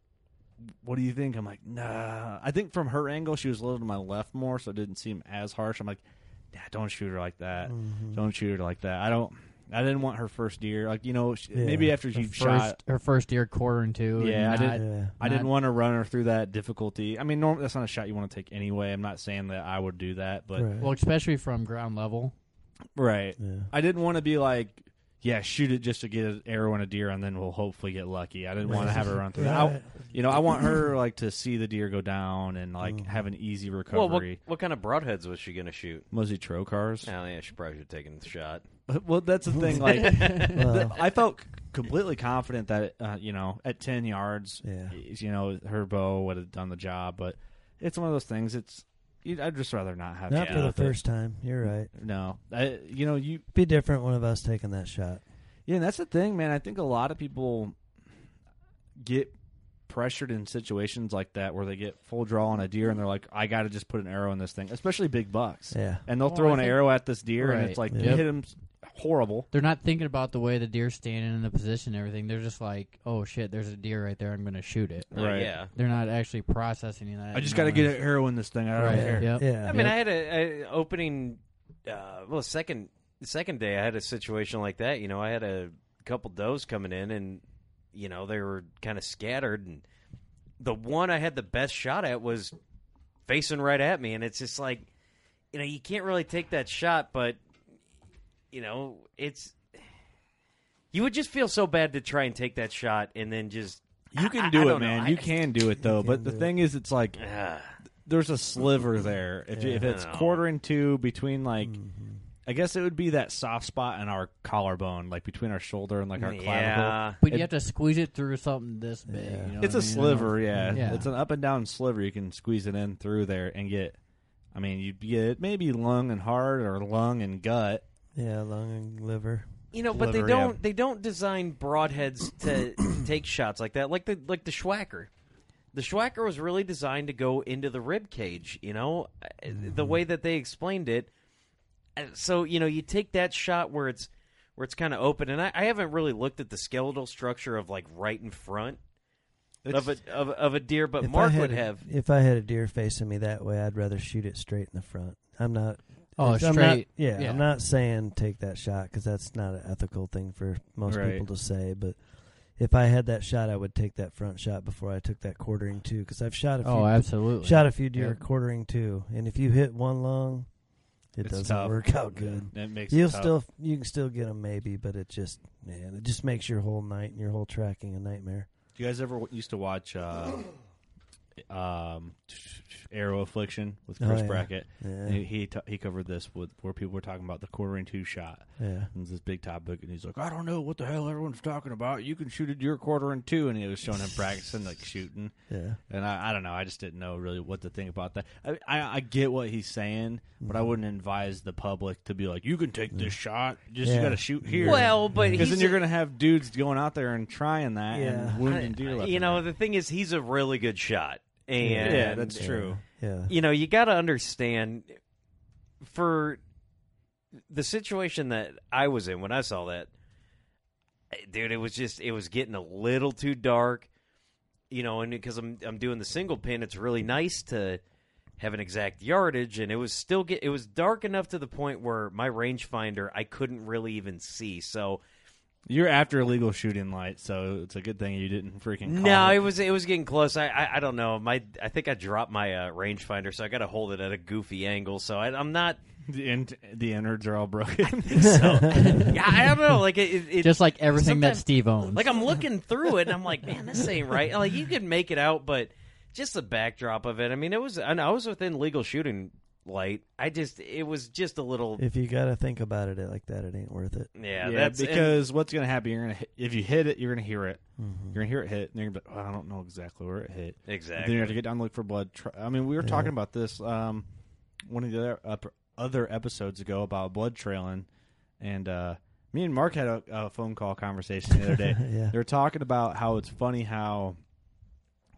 "What do you think?" I'm like, "Nah." I think from her angle, she was a little to my left more, so it didn't seem as harsh. I'm like, "Nah, don't shoot her like Mm. that. Mm-hmm. Don't shoot her like that. I don't. I didn't want her first deer. Like you know, she, Yeah. maybe after Her she first, shot." her first year quarter and two. Yeah, I and didn't. not- Yeah. I didn't not- want to run her through that difficulty. I mean, norm, that's not a shot you want to take anyway. I'm not saying that I would do that, but Right. Well, especially from ground level. right. yeah. I didn't want to be like, yeah, shoot it just to get an arrow and a deer, and then we'll hopefully get lucky. I didn't want to have her run through that. I- Right. you know, I want her like to see the deer go down and like Mm. have an easy recovery. well, what, what kind of broadheads was she going to shoot? Mostly trocars. Oh, yeah, she probably should have taken the shot. <laughs> Well, that's the thing. Like, <laughs> th- Well, I felt c- completely confident that uh, you know, at ten yards, Yeah. you know, her bow would have done the job. But it's one of those things. It's you'd, I'd just rather not have. not to for deal the with it. first time. You're right. No, I, you know, you Be different one of us taking that shot. Yeah, and that's the thing, man. I think a lot of people get pressured in situations like that where they get full draw on a deer and they're like, I got to just put an arrow in this thing, especially big bucks. Yeah. And they'll Oh, throw I an think- arrow at this deer and Right. it's like, Yep. you hit him s- horrible. They're not thinking about the way the deer's standing and the position and everything. They're just like, oh shit, there's a deer right there. I'm going to shoot it. Uh, Right. yeah. They're not actually processing that. I just got to get an arrow in this thing. I don't Right. care. Yep. Yeah. I mean, Yep. I had a, a opening. Uh, well, second second day, I had a situation like that. You know, I had a couple does coming in, and you know they were kind of scattered. And the one I had the best shot at was facing right at me, and it's just like you know, you can't really take that shot, but you know, it's you would just feel so bad to try and take that shot and then just You can I- I do it, don't know. man. I- you can do it though. But the do thing is, it's like ah, there's a sliver there. If, if it's Yeah. quarter and two between like, I guess it would be that soft spot in our collarbone, like between our shoulder and like our clavicle. yeah. But It- you have to squeeze it through something this big. Yeah. You know It's a what I mean? sliver, yeah. Yeah. It's an up and down sliver. You can squeeze it in through there and get. I mean, you would get maybe lung and heart or lung and gut. Yeah, lung and liver. You know, but they Liver, yeah. don't they don't design broadheads to <clears throat> take shots like that. Like the like the Schwacker. The Schwacker was really designed to go into the rib cage, you know, Uh, Mm-hmm. the way that they explained it. Uh, So, you know, you take that shot where it's where it's kind of open and I, I haven't really looked at the skeletal structure of like right in front of a of, a- of a deer, but If I Mark had would a- have If I had a deer facing me that way, I'd rather shoot it straight in the front. I'm not. Oh, I'm not- straight. yeah, Yeah. I'm not saying take that shot because that's not an ethical thing for most Right. people to say. But if I had that shot, I would take that front shot before I took that quartering too. Because I've shot a few, Oh, absolutely. shot a few deer Yep. quartering too, and if you hit one lung, it It's doesn't tough. work out good. It makes it You'll tough. still you can still get them maybe, but it just man, it just makes your whole night and your whole tracking a nightmare. Do you guys ever w- used to <sniffs> watch uh, um, <sniffs> Arrow Affliction with Oh, Chris yeah. Brackett? And Yeah, he he, t- he covered this with where people were talking about the quarter and two shot. yeah. And this big topic, and he's like, I don't know what the hell everyone's talking about. You can shoot a deer quarter and two, and he was showing him practicing like shooting. Yeah. And I, I don't know. I just didn't know really what to think about that. I I, I get what he's saying, but Mm-hmm. I wouldn't advise the public to be like, you can take this shot. Just you Mm. Yeah. got to shoot here. Well, but because he's then you're a- going to have dudes going out there and trying that Yeah. and wounding deer. left you and know, right. the thing is he's a really good shot. And yeah, that's true. Yeah. you know, you got to understand for the situation that I was in when I saw that, eh, dude, it was just it was getting a little too dark, you know, and because I'm I'm doing the single pin, it's really nice to have an exact yardage, and it was still get it was dark enough to the point where my rangefinder I couldn't really even see, so. You're after illegal shooting light, so it's a good thing you didn't freaking. Call No, it. it was it was getting close. I, I I don't know. My I think I dropped my uh, rangefinder, so I got to hold it at a goofy angle. So I, I'm not the, in- the innards are all broken. <laughs> so yeah, I don't know. Like it, it, it- Just like everything that sometimes- Steve owns. like I'm looking through it and I'm like, man, this ain't right. Like you could make it out, but just the backdrop of it. I mean, it was and I was within legal shooting light. I just it was just a little If you gotta think about it like that, it ain't worth it. yeah. that's and- because what's gonna happen? You're gonna hit, if you hit it, you're gonna hear it. Mm-hmm. You're gonna hear it hit, and you're gonna be like, "Well, I don't know exactly where it hit. And Then exactly. you have to get down, and look for blood. Tri- I mean, we were talking about this um, one of the other, up- other episodes ago about blood trailing, and uh, me and Mark had a, a phone call conversation the <laughs> other day. Yeah. They were talking about how it's funny how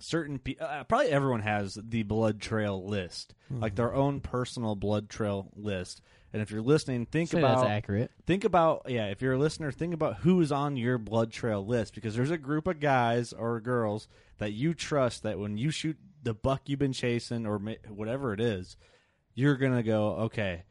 certain people, uh, probably everyone has the blood trail list, Mm-hmm. like their own personal blood trail list. And if you're listening, think Say about that's accurate. think about yeah if you're a listener think about who's on your blood trail list because there's a group of guys or girls that you trust that when you shoot the buck you've been chasing or ma- whatever it is you're gonna go okay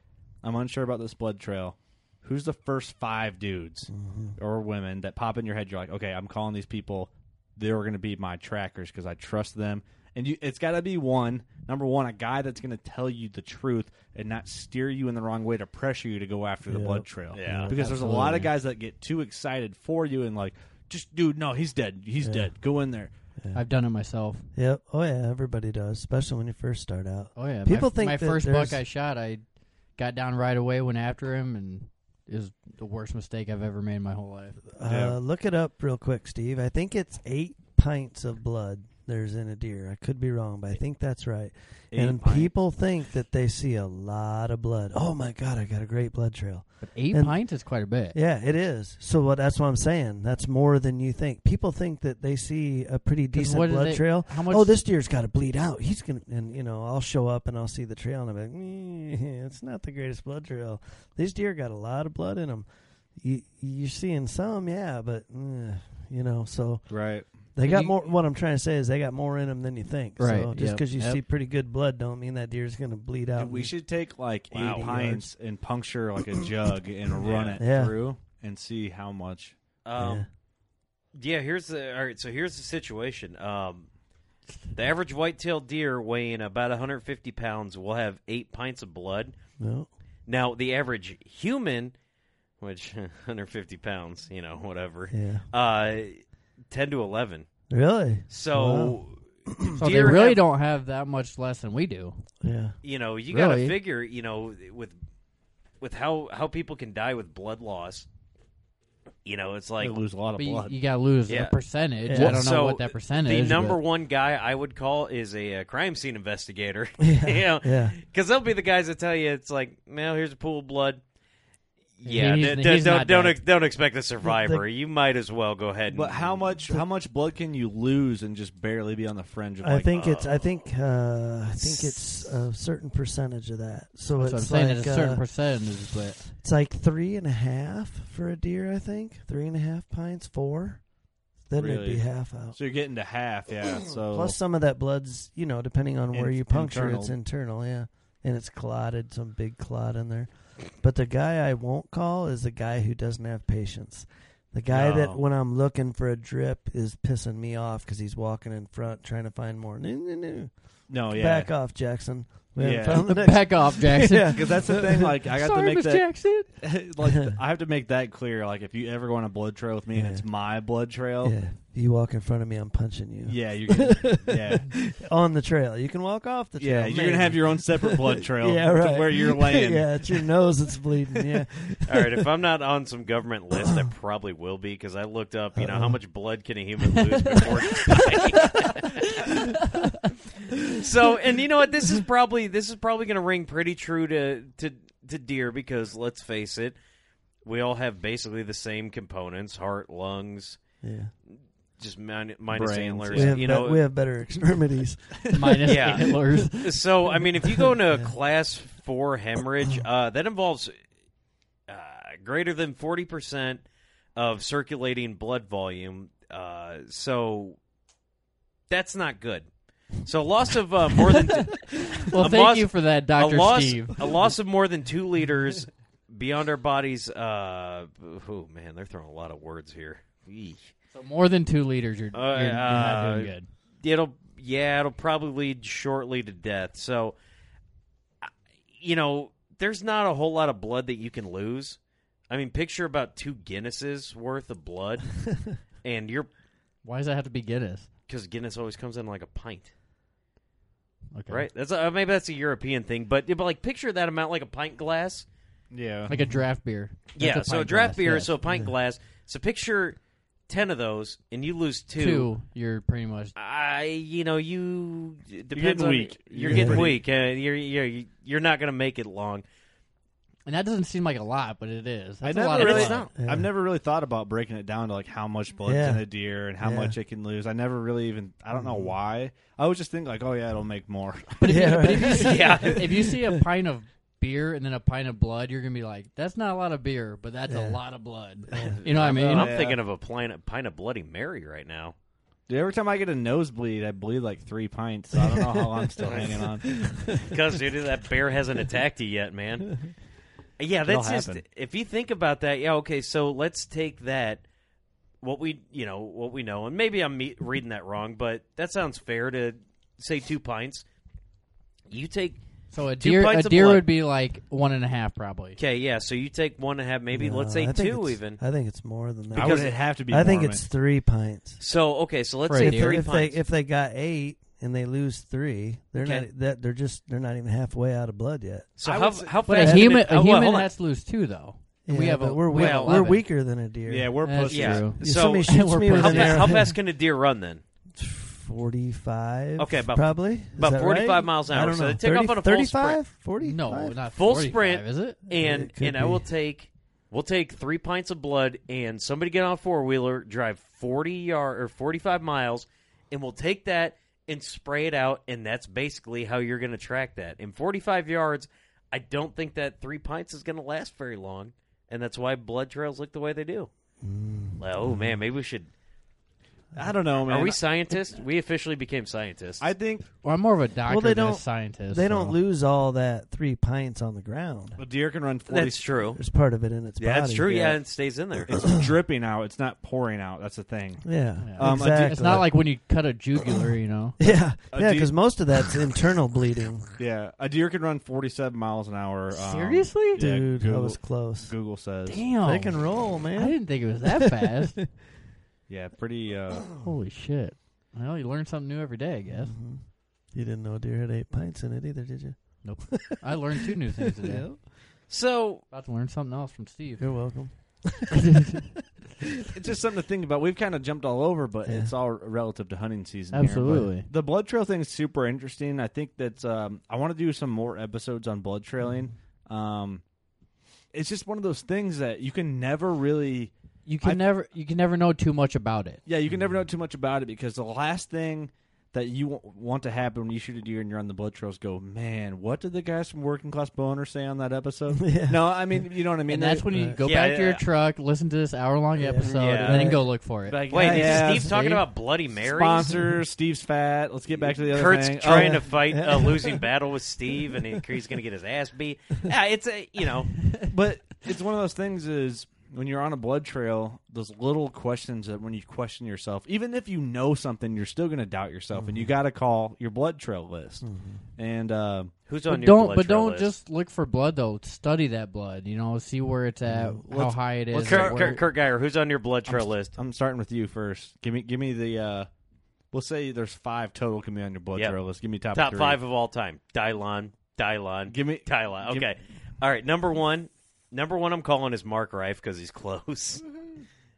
i'm unsure about this blood trail who's the first five dudes or women that pop in your head you're like okay i'm calling these people they're gonna be my trackers because i trust them and you, it's got to be one number one a guy that's going to tell you the truth and not steer you in the wrong way to pressure you to go after the Yeah. blood trail Yeah. because there's a lot of guys that get too excited for you and like, just dude, no, he's dead. He's dead. Go in there. I've done it myself. Yep. Oh yeah, everybody does, especially when you first start out. Oh yeah. People my, think my that first there's- buck I shot, I got down right away, went after him, and it was the worst mistake I've ever made in my whole life. Uh, Yeah. Look it up real quick, Steve. I think it's eight pints of blood there's in a deer. I could be wrong, but I think that's right. and pints. people think that they see a lot of blood. Oh my God, I got a great blood trail. But eight And- pints is quite a bit. Yeah, it is. So what? That's what I'm saying. That's more than you think. People think that they see a pretty 'Cause decent what did blood they- trail. How much? oh, this deer's got to bleed out. He's gonna, and you know, I'll show up and I'll see the trail, and I'm like, "Mm, <laughs> it's not the greatest blood trail. These deer got a lot of blood in them. You, you're seeing some, yeah, but eh, you know, so Right. they And got you- more. What I'm trying to say is they got more in them than you think. Right, So just yep, because you yep. see pretty good blood, don't mean that deer's gonna bleed out. we and- should take like Wow. eight pints and puncture <coughs> like a jug and run it Yeah. through and see how much. um, Yeah, here's the all right. So here's the situation. Um, the average white-tailed deer weighing about 150 pounds will have eight pints of blood, No. Now, the average human, which <laughs> 150 pounds, you know, whatever, Yeah. uh, 10 to 11. Really? So, <clears throat> So Oh, they deer really have- don't have that much less than we do. Yeah. <laughs> you know, you got to Really? figure, you know, with with how how people can die with blood loss. You know, it's like They lose a lot of But you, blood. you got to lose Yeah. a percentage. Yeah. I don't know So, what that percentage. the is, number but- one guy I would call is a, uh crime scene investigator. <laughs> Yeah, you know, yeah. because they'll be the guys that tell you it's like, no, here's a pool of blood. Yeah, he's- d- d- he's don't not don't dead. ex- don't expect a survivor. you might as well go ahead. But and, how much how much blood can you lose and just barely be on the fringe of I like, think "Oh." it's I think uh, I think it's a certain percentage of that. So That's what I'm it's saying. like it's a certain uh, percentage, but it's like three and a half for a deer. I think three and a half pints, four. Then it'd Really? be half out. So you're getting to half, yeah. So Plus some of that blood's you know depending on where In- you puncture, internal. it's internal. Yeah, and it's clotted, some big clot in there. But the guy I won't call is the guy who doesn't have patience. The guy No. that when I'm looking for a drip is pissing me off because he's walking in front trying to find more. No, no, no. no, yeah, <laughs> Back off, Jackson. We haven't Yeah. found <laughs> the next back off, Jackson. Yeah. Because that's the thing. Like I got Sorry, to make Miss that. <laughs> Jackson. <laughs> <laughs> like I have to make that clear. Like if you ever go on a blood trail with me and Yeah. it's my blood trail, Yeah, if you walk in front of me, I'm punching you. yeah, <laughs> you're gonna, yeah, on the trail. You can walk off the trail. yeah, you're gonna have your own separate <laughs> blood trail. yeah, right. to where you're laying. <laughs> yeah, it's your nose that's bleeding. <laughs> Yeah, All right, if I'm not on some government list, I probably will be because I looked up. You know, how much blood can a human lose before dying? <laughs> so, and you know what? This is probably this is probably going to ring pretty true to to to deer because let's face it, we all have basically the same components: heart, lungs, yeah. just min- minus Brains, antlers. We have, you be- know, we have better <laughs> extremities. <laughs> Minus Yeah. <laughs> antlers. so I mean, if you go into a class four hemorrhage, uh, that involves uh, greater than forty percent of circulating blood volume. Uh, so that's not good. So loss of uh, more than Well, A thank loss- you for that, a Doctor loss Steve. a loss of more than two liters beyond our bodies. Uh, oh man, they're throwing a lot of words here. Eesh. So more than two liters, you're, Uh, you're, you're not doing uh, good. it'll yeah it'll probably lead shortly to death so I- you know there's not a whole lot of blood that you can lose i mean picture about two guinnesses worth of blood and you're Why does that have to be Guinness? because guinness always comes in like a pint Okay. right that's uh, maybe that's a european thing but, but like picture that amount like a pint glass yeah. Like a draft beer. That's yeah a so a pint draft glass, beer yes. so a pint glass so picture 10 of those and you lose two, two, you're pretty much. I, you know, you it depends getting on- weak. You're, You're getting pretty- weak. Uh, you're you're you're not gonna make it long. And that doesn't seem like a lot, but it is. I That's a never lot really, of blood. Yeah. I've never really thought about breaking it down to like how much blood's Yeah. in a deer and how Yeah. Mm-hmm. much it can lose. I never really even. I don't know why. I always just think like, oh yeah, it'll make more. <laughs> But if, you, Yeah, but if you <laughs> see, Yeah. if you see a pint of beer and then a pint of blood, you're gonna be like, "That's not a lot of beer, but that's a Yeah. lot of blood." You know what I mean? I'm yeah. thinking of a pint, a pint of Bloody Mary right now. Dude, every time I get a nosebleed, I bleed like three pints. So I don't know how long <laughs> I'm still hanging on. Because dude, that bear hasn't attacked you yet, man. Yeah, It'll that's just happen. if you think about that. Yeah, okay. So let's take that what we you know what we know, and maybe I'm me- reading that wrong, but that sounds fair to say two pints. You take So a Two deer, a pints of deer blood. would be like one and a half, probably. okay, yeah. So you take one and a half, maybe No, let's say I think two it's- even. I think it's more than I that. would have to be. I think warming. it's three pints. So okay, so let's For a say deer. three if they pints. if they got eight and they lose three, they're Okay. not that they're just they're not even halfway out of blood yet. so I how, would say- how But fast a can human, it, a oh, well, human hold on. has to lose two though. And we Yeah, have but a, we're we weak, have well, we're 11. weaker than a deer. yeah, we're That's pussy. yeah. true. If So somebody shoots we're me with how, an pretty- fa- how arrow, fast can a deer run then? <laughs> Forty-five. Okay, about- probably Is about that 45 right? miles an I hour, don't so know. they take off on a full sprint. 35? 45? No, not Full 45, sprint. is it? And It could and I will be. take we'll take three pints of blood and somebody get on a four wheeler, drive forty yard or forty five miles, and we'll take that and spray it out, and that's basically how you're gonna track that. In forty five yards, I don't think that three pints is gonna last very long. And that's why blood trails look the way they do. Well, oh man, maybe we should I don't know, Mm. man. Are we scientists? We officially became scientists. I think Well, I'm more of a doctor they than a don't- scientist. They don't so. lose all that three pints on the ground. a deer can run forty. that's true. There's part of it in its Yeah, body. that's true. Yeah. yeah. it stays in there. It's dripping out. It's not pouring out. That's the thing. Yeah, Um, a exactly. deer- It's not like when you cut a jugular, you know. <laughs> yeah, yeah, a deer- because most of that's <laughs> internal bleeding. Yeah, a deer can run forty-seven miles an hour. Um, Seriously? yeah, Dude, Google, I was close. Google says. Damn. They can roll, I man. didn't think it was <laughs> that fast. Yeah, pretty. Uh, Holy shit. Well, you learn something new every day, I guess. Mhm. You didn't know a deer had eight pints in it either, did you? I learned two new things today. Yep. So About to learn something else from Steve. <laughs> You're welcome. it's just something to think about. We've kind of jumped all over, but Yeah. it's all relative to hunting season. here, but- Absolutely. The blood trail thing is super interesting. I think that's um, I want to do some more episodes on blood trailing. Um, it's just one of those things that you can never really You can I- never you can never know too much about it. yeah you can never know too much about it because the last thing that you wa- want to happen when you shoot a deer and you're on the blood trails go man what did the guys from working class boner say on that <laughs> episode Yeah. no I mean you know what I mean and that's when you Right. go Yeah, back to your yeah. truck, listen to this hour long Yeah. episode, Yeah. and then go look for it. Like, wait, yeah, is yeah, Steve talking see? about Bloody Mary? sponsors Steve's fat let's get back to the other Kurt's thing Oh, trying yeah. to fight a losing battle with Steve, and he, he's going to get his ass beat. Yeah, it's a you know <laughs> but it's one of those things is when you're on a blood trail those little questions that when you question yourself even if you know something you're still going to doubt yourself and you got to call your blood trail list and uh, who's on But your don't blood but trail don't list? just look for blood though. Study that blood, you know, see where it's at, how Let's- high it Well, is. Kurt, where- Kurt, Kurt Geyer, who's on your blood trail list? i'm starting with you first give me give me the uh, we'll say there's five total can be on your blood Yep. trail list give me top Top three. five of all time: Dylon, Dylon, give me Dylon. give- Okay, all right. Number one, number one, I'm calling is Mark Rife because he's <laughs> close.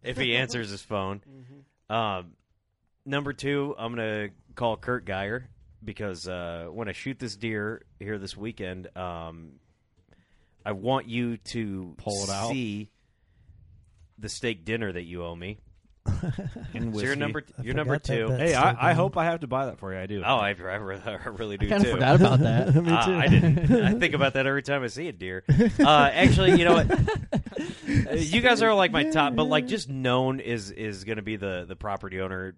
if he answers his phone. Um, number two, I'm gonna call Kurt Geyer because uh, when I shoot this deer here this weekend, um, I want you to Pull it out. see the steak dinner that you owe me. and So you're whiskey. number I you're number forgot that two. bet. hey Steak I, I and- hope i have to buy that for you i do Oh, I, I, re- I really do I kind too. of forgot about that. <laughs> Me Uh, too. I didn't. <laughs> I think about that every time I see a deer. Uh, actually, you know what? Uh, You guys are like my top, but like just known is is going to be the the property owner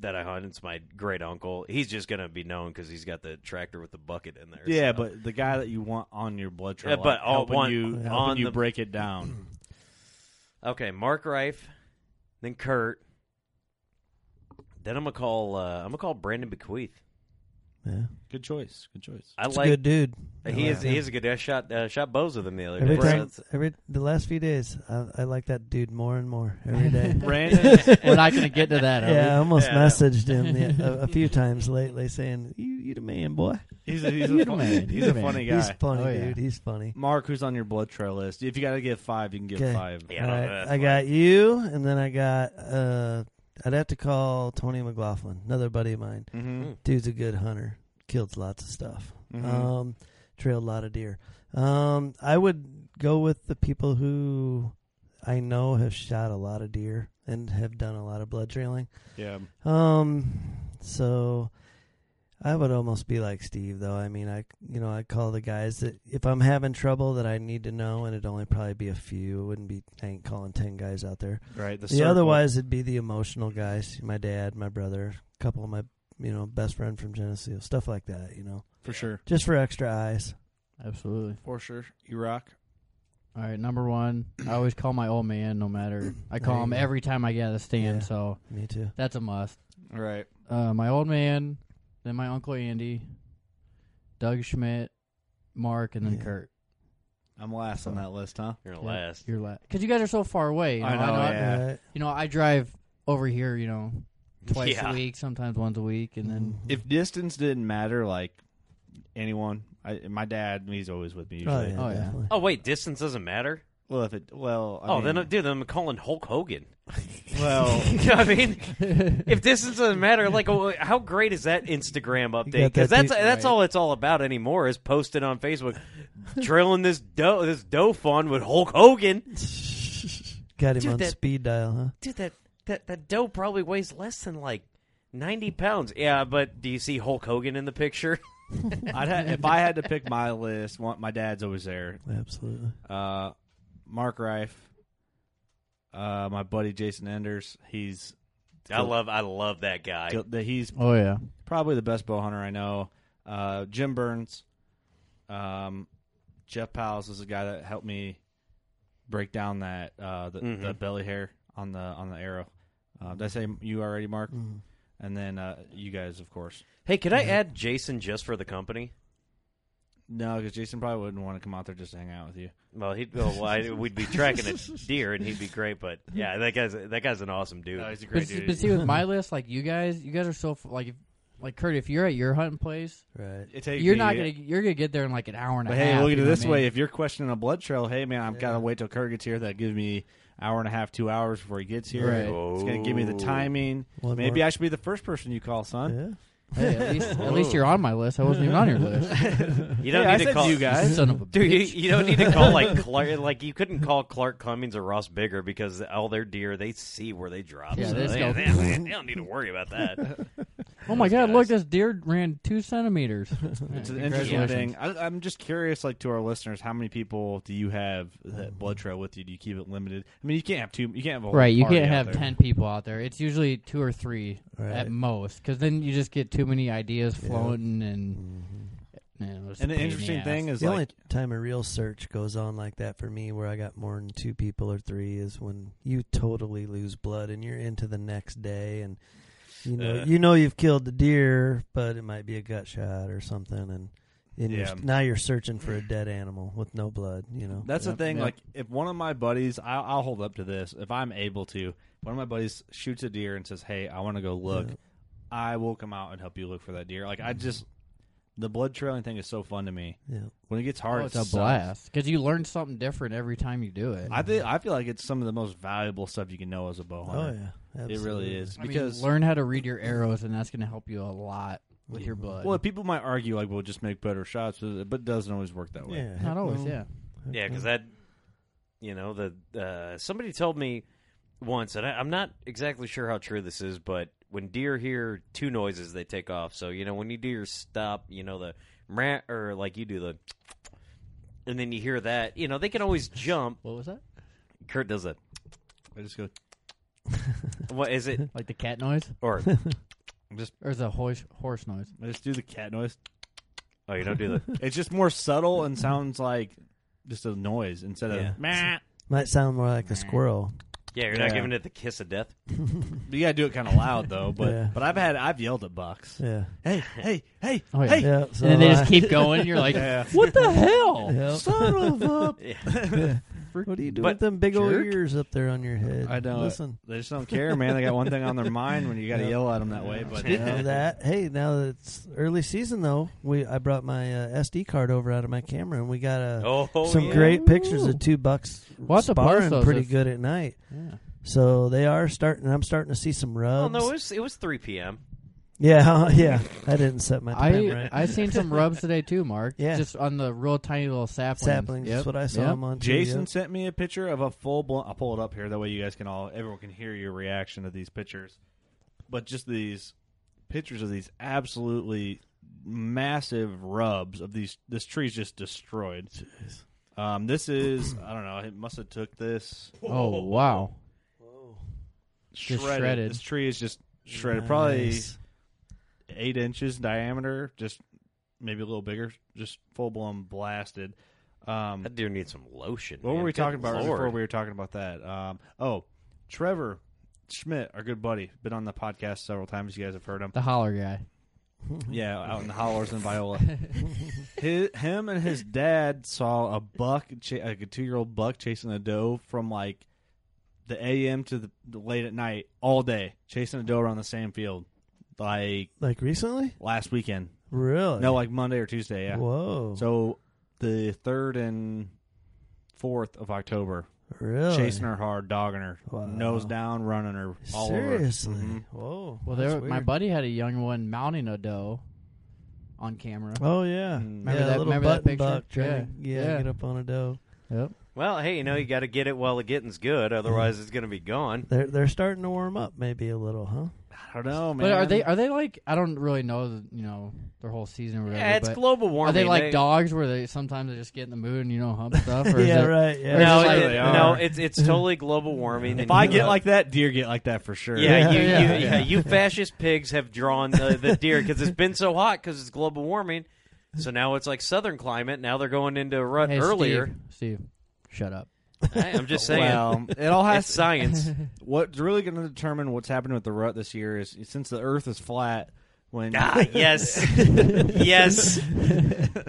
that I hunt. It's my great uncle. He's just going to be known because he's got the tractor with the bucket in there. yeah so. but the guy that you want on your blood Yeah, trail but like, I'll helping want- you on helping you the- break <laughs> it down okay, Mark Rife, then Kurt, then I'm gonna call uh, I'm gonna call Brandon Bequeath. Yeah. good choice good choice I It's like a good dude. I he like is he him. is a good. I shot uh, shot bows with him the other day. Every so time, it's- every the last few days, I, I like that dude more and more <laughs> every day. brandon We're not going to get to that. are we? <laughs> yeah, I almost Yeah. messaged him the, a, <laughs> a few times lately, saying, "You, you the man, boy. He's a, he's You're a, the fun- man. he's You're a the man. funny He's guy. funny, Oh, yeah. dude. He's funny." Mark, who's on your blood trail list? If you got to give five, you can give Okay. five. Yeah, All that's right, I fine. got you, and then I got. uh I'd have to call Tony McLaughlin, another buddy of mine. Mm-hmm. mm, Dude's a good hunter. Killed lots of stuff. Um, trailed a lot of deer. Um, I would go with the people who I know have shot a lot of deer and have done a lot of blood trailing. yeah. Um, so I would almost be like Steve, though. I mean, I you know I call the guys that if I'm having trouble that I need to know, and it'd only probably be a few. It wouldn't be I ain't calling ten guys out there. Right. The, The circle. otherwise it'd be the emotional guys, my dad, my brother, a couple of my you know best friend from Geneseo, stuff like that. You know, For sure. just for extra eyes. Absolutely. For sure. You rock. All right, number one, I always call my old man. No matter, I call There him you go. every time I get out of the stand, Yeah. so Me too. that's a must. All right. Uh, my old man, then my uncle Andy, Doug Schmidt, Mark, and then Yeah. Kurt. I'm last on that list, huh? You're gonna last. You're last because you guys are so far away. You know, I I know, know- Yeah. Right. you know, I drive over here. You <laughs> know, twice Yeah. a week, sometimes once a week, and then Mm-hmm. If distance didn't matter, like anyone, I, my dad, he's always with me Oh usually. yeah, Oh, yeah. definitely. Oh wait, distance doesn't matter. Well, if it, well, I oh, mean, then dude, I'm calling Hulk Hogan. <laughs> well, You know what I mean, if distance doesn't matter, like oh, how great is that Instagram update? got Because that that's piece that's right. all it's all about anymore is posting on Facebook, trailing this dough this dough fun with Hulk Hogan. <laughs> Got him Dude, on that- speed dial, huh? Dude, that that that dough probably weighs less than like ninety pounds. Yeah, but do you see Hulk Hogan in the picture? <laughs> I'd ha- if I had to pick my list, one, my dad's always there. Absolutely. Uh, Mark Rife, uh, my buddy Jason Enders, he's I love I love that guy. Gil- that he's Oh yeah. probably the best bow hunter I know. Uh, Jim Burns, um, Jeff Powers is the guy that helped me break down that uh, the, Mhm. the belly hair on the on the arrow. Uh, did I say you already, Mark? Mm. And then uh, you guys, of course. Hey, could Mm-hmm. I add Jason just for the company? No, because Jason probably wouldn't want to come out there just to hang out with you. Well, he'd well, I, we'd be tracking a deer and he'd be great, but yeah, that guy's that guy's an awesome dude. he's a But, see- but see, with <laughs> my list, like you guys, you guys are so f- like, if, like Kurt, if you're at your hunting place, Right. you're not gonna you're gonna get there in like an hour and a But half. hey, look you at know it what this I mean? way: if you're questioning a blood trail, hey man, I've got to wait till Kurt gets here. That gives me hour and a half, two hours before he gets here. Right. It's gonna give me the Oh. timing. One Maybe more. I should be the first person you call, son. Yeah. Hey, <laughs> at least at least you're on my list. I wasn't even on your list. You don't Hey, I need to said call you guys. Son of a Dude, you, bitch. you don't need to call like Clark. Like you couldn't call Clark Cummings or Ross Bigger because all their deer they see where they drop. Yeah, so they they, just they, go- they- they don't need to worry about that. oh my god! guys. Look, this deer ran two centimeters. It's an interesting thing. I, I'm just curious, like to our listeners, how many people do you have that blood trail with you? Do you keep it limited? I mean, you can't have two. You can't have a whole Right, you Oh, party can't out have there. ten people out there. It's usually two or three <laughs> Right. at most, because then you just get too many ideas floating and. Mm-hmm. man, it's And a the pain in interesting ass. thing is the only like time a real search goes on like that for me, where I got more than two people or three, is when you totally lose blood and you're into the next day, and you know Uh. you know you've killed the deer, but it might be a gut shot or something, and, and Yeah. you're, now you're searching for a dead animal with no blood. You know that's Yep, the thing. yep. Like if one of my buddies, I'll, I'll hold up to this. If I'm able to, one of my buddies shoots a deer and says, "Hey, I want to go look." I will come out and help you look for that deer. Like I just the blood trailing thing is so fun to me. Yeah. When it gets Oh, hard, it's it a sucks. blast because you learn something different every time you do it. I think I feel like it's some of the most valuable stuff you can know as a bow Oh hunter. yeah, It really absolutely. is I mean, because learn how to read your arrows, and that's going to help you a lot with your blood. Well, people might argue like we'll just make better shots, but it doesn't always work that way. Yeah, not always, well, yeah. Yeah, because that, you know, the uh, somebody told me once, and I, I'm not exactly sure how true this is, but when deer hear two noises, they take off. So you know, when you do your stop, you know the meh, or like you do the, and then you hear that, you know, they can always jump. What was that? Kurt does it. I just go What is it? Like the cat noise, Or just or is it a horse horse noise? I just do the cat noise. oh, you don't do the. <laughs> It's just more subtle and sounds like just a noise instead Yeah. of meh. might sound more like a squirrel. <laughs> Yeah, you're not Yeah. giving it the kiss of death. But you gotta do it kind of loud though. But Yeah. but I've had I've yelled at bucks. Yeah, Hey hey hey Oh, yeah. hey. yeah. So and then they I- just <laughs> keep going. You're like, what the hell? Yeah. Son of a- <laughs> What do you do But- with them big old Jerk. ears up there on your head? I don't. listen. They just don't care, man. They got one thing on their mind when you got to Yeah. yell at them that way. <laughs> But You know that. Hey, now that it's early season though, we I brought my uh, SD card over out of my camera, and we got uh, Oh, some yeah. great pictures of two bucks We'll have to post sparring those pretty if- good at night. Yeah. So they are starting. I'm starting to see some Well, Oh, rubs. no, it was it was 3 p.m. yeah, <laughs> yeah. I didn't set my time I right. I seen some rubs today too, Mark. Yeah. just on the real tiny little saplings. Saplings. Yep. That's what I saw Yep. them on. too, Jason yep. sent me a picture of a full blown. I'll pull it up here. That way, you guys can all, everyone can hear your reaction to these pictures. But just these pictures of these absolutely massive rubs of these. This tree's just destroyed. Um, this is I don't know. It must have took this Oh wow. shredded. shredded. This tree is just shredded. Probably Nice. eight inches in diameter, just maybe a little bigger. Just full blown blasted. Um, That deer needs some lotion. What man. were we Good talking about right Lord. before we were talking about that? Um, oh, Trevor Schmidt, our good buddy, been on the podcast several times. You guys have heard him. The holler guy. Mm-hmm. Yeah, out in the hollers <laughs> in Viola. his, him and his dad saw a buck, cha- like a two-year-old buck, chasing a doe from like the a.m. to the, the late at night, all day, chasing a doe around the same field, like like recently, last weekend. really? No, like Monday or Tuesday. Yeah. Whoa. So the third and fourth of October, really? chasing her hard, dogging her, Wow. nose down, running her all Seriously. Mm-hmm. over. Mhm. Whoa. Well, that's there my weird. buddy had a young one mounting a doe on camera. Oh yeah, Mm. Remember yeah, that- little remember that button picture? buck trying Yeah. to yeah, Yeah. get up on a doe. Yep. Oh, Well, hey, you know you got to get it while the getting's good, otherwise it's going to be gone. <laughs> They're they're starting to warm up maybe a little, huh? I don't know, man. But are they are they like I don't really know the, you know their whole season or whatever. Yeah, it's but global Are warming. they like dogs where they sometimes they just get in the mood and you know hump stuff? <laughs> Or is yeah, it, right. Yeah. No, Or is it it- like- no, it's it's totally global warming. If I get like that, deer get like that for sure. <laughs> Yeah, you, Yeah. you, yeah, you fascist pigs have drawn the, the deer because it's been so hot because it's global warming. So now it's like southern climate. Now they're going into a rut Hey, earlier. Steve, Steve, shut up. I, am <laughs> just saying, Well, it all has it's science. What's really going to determine what's happening with the rut this year is since the Earth is flat. When <laughs> ah, yes, yes.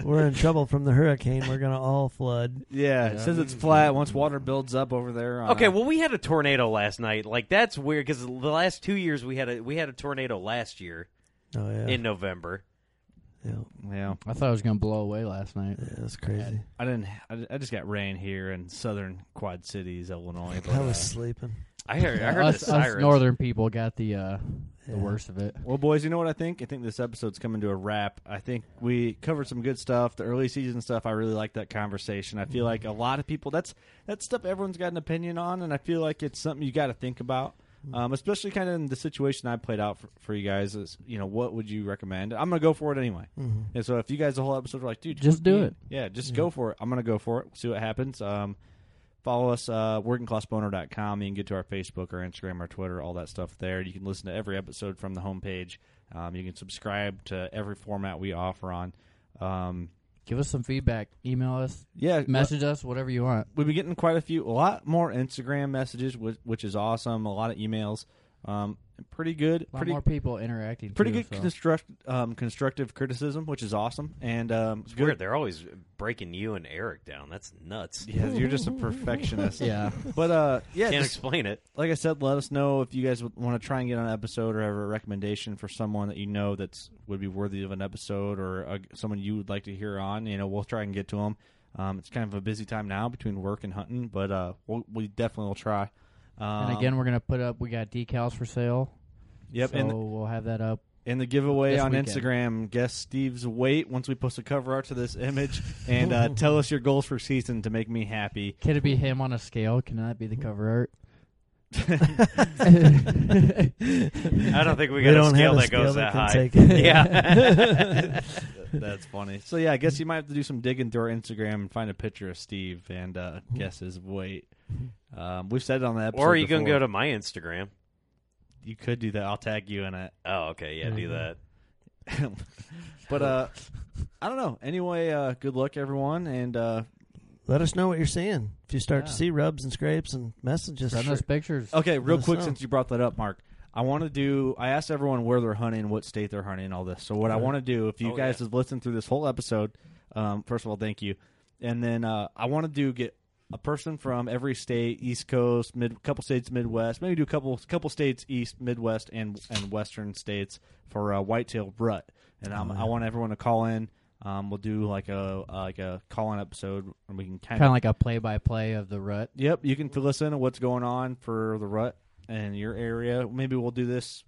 We're in trouble from the hurricane. We're gonna <laughs> all flood. yeah, since it's flat, once water builds up over there. uh, On Okay, well, we had a tornado last night. Like that's weird because the last two years we had a we had a tornado last year Oh yeah. in November. yeah. yeah, I thought I was gonna blow away last night. Yeah, that's crazy. I didn't. I, I just got rain here in southern Quad Cities, Illinois. But, I was uh, sleeping. I heard, I heard us, the us sirens. northern people got the uh, the Yeah. worst of it. Well, boys, you know what I think? I think this episode's coming to a wrap. I think we covered some good stuff, the early season stuff. I really like that conversation. I feel like a lot of people that's that's stuff everyone's got an opinion on, and I feel like it's something you got to think about, um, especially kind of in the situation I played out for, for you guys. Is you know what would you recommend? I'm gonna go for it anyway. And so if you guys the whole episode are like, dude, Just do yeah, it. Yeah, just go for it. I'm gonna go for it. See what happens. Um, Follow us, uh, workingclassboner.com. You can get to our Facebook, our Instagram, our Twitter, all that stuff there. You can listen to every episode from the homepage. Um, you can subscribe to every format we offer on. Um, Give us some feedback. Email us. yeah, uh, Message us. Whatever you want. we've been getting quite a few, a lot more Instagram messages, which, which is awesome. A lot of emails. Um, pretty good. A lot pretty more people interacting. pretty too, good so. construct, um, constructive criticism, which is awesome. And um, It's good- weird. They're always breaking you and Eric down. That's nuts. Yeah, you're just a <laughs> perfectionist. Yeah. But uh, yeah, Can't just- explain <laughs> it. like I said, let us know if you guys would want to try and get on an episode or have a recommendation for someone that you know that's would be worthy of an episode or uh, someone you would like to hear on. You know, we'll try and get to them. Um, it's kind of a busy time now between work and hunting, but uh, we'll, we definitely will try. Um, And again, we're gonna put up. We got decals for sale. yep. So and we'll have that up. and the giveaway This on weekend. Instagram, guess Steve's weight once we post a cover art to this image, <laughs> and uh, tell us your goals for season to make me happy. Can it be him on a scale? Can that be the cover art? I don't think we We got a don't scale have a that scale goes that, that high. can take it. yeah. <laughs> <laughs> That's funny. So yeah, I guess you might have to do some digging through our Instagram and find a picture of Steve and uh, guess his weight. Um, we've said it on the episode. <laughs> or you can before. go to my Instagram. You could do that. I'll tag you in it. <laughs> Oh, okay. Yeah, do that. but uh, I don't know. Anyway, uh, good luck everyone, and uh, <laughs> Let us know what you're seeing. If you start to Yeah. see rubs and scrapes and messages, Send us pictures. Okay, real us quick, know. since you brought that up, Mark, I want to do. I asked everyone where they're hunting, what state they're hunting, and all this. So what I want to do, if you Oh, guys yeah. have listened through this whole episode, um, first of all, thank you, and then uh, I want to do get a person from every state, East Coast, mid, couple states Midwest, maybe do a couple couple states East, Midwest, and and Western states for uh, whitetail rut, and um, I want everyone to call in. Um, we'll do like a like a call in episode, and we can kind Kind of of like a play-by-play of the rut. Yep, you can fill us in on what's going on for the rut in your area. Maybe we'll do this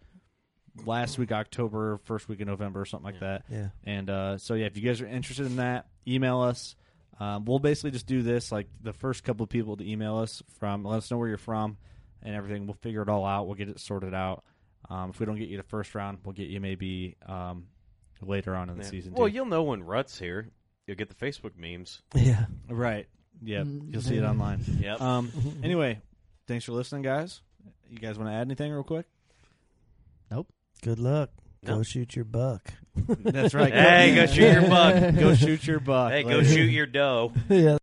last week October, first week of November, or something like that. Yeah. And uh, so yeah, if you guys are interested in that, email us. Um, we'll basically just do this like the first couple of people to email us from. Let us know where you're from and everything. We'll figure it all out. We'll get it sorted out. Um, if we don't get you the first round, we'll get you maybe um, later on in the Yeah. season. Well, too. you'll know when Rut's here. You'll get the Facebook memes. <laughs> yeah. right? Yeah, Mm-hmm. you'll see it online. <laughs> Yep. Um, Mm-hmm. anyway, thanks for listening, guys. You guys want to add anything real quick? Good luck. No. Go shoot your buck. That's right. <laughs> uh, hey, go shoot your buck. go shoot your buck. Hey, go Later. shoot your doe. <laughs> yeah.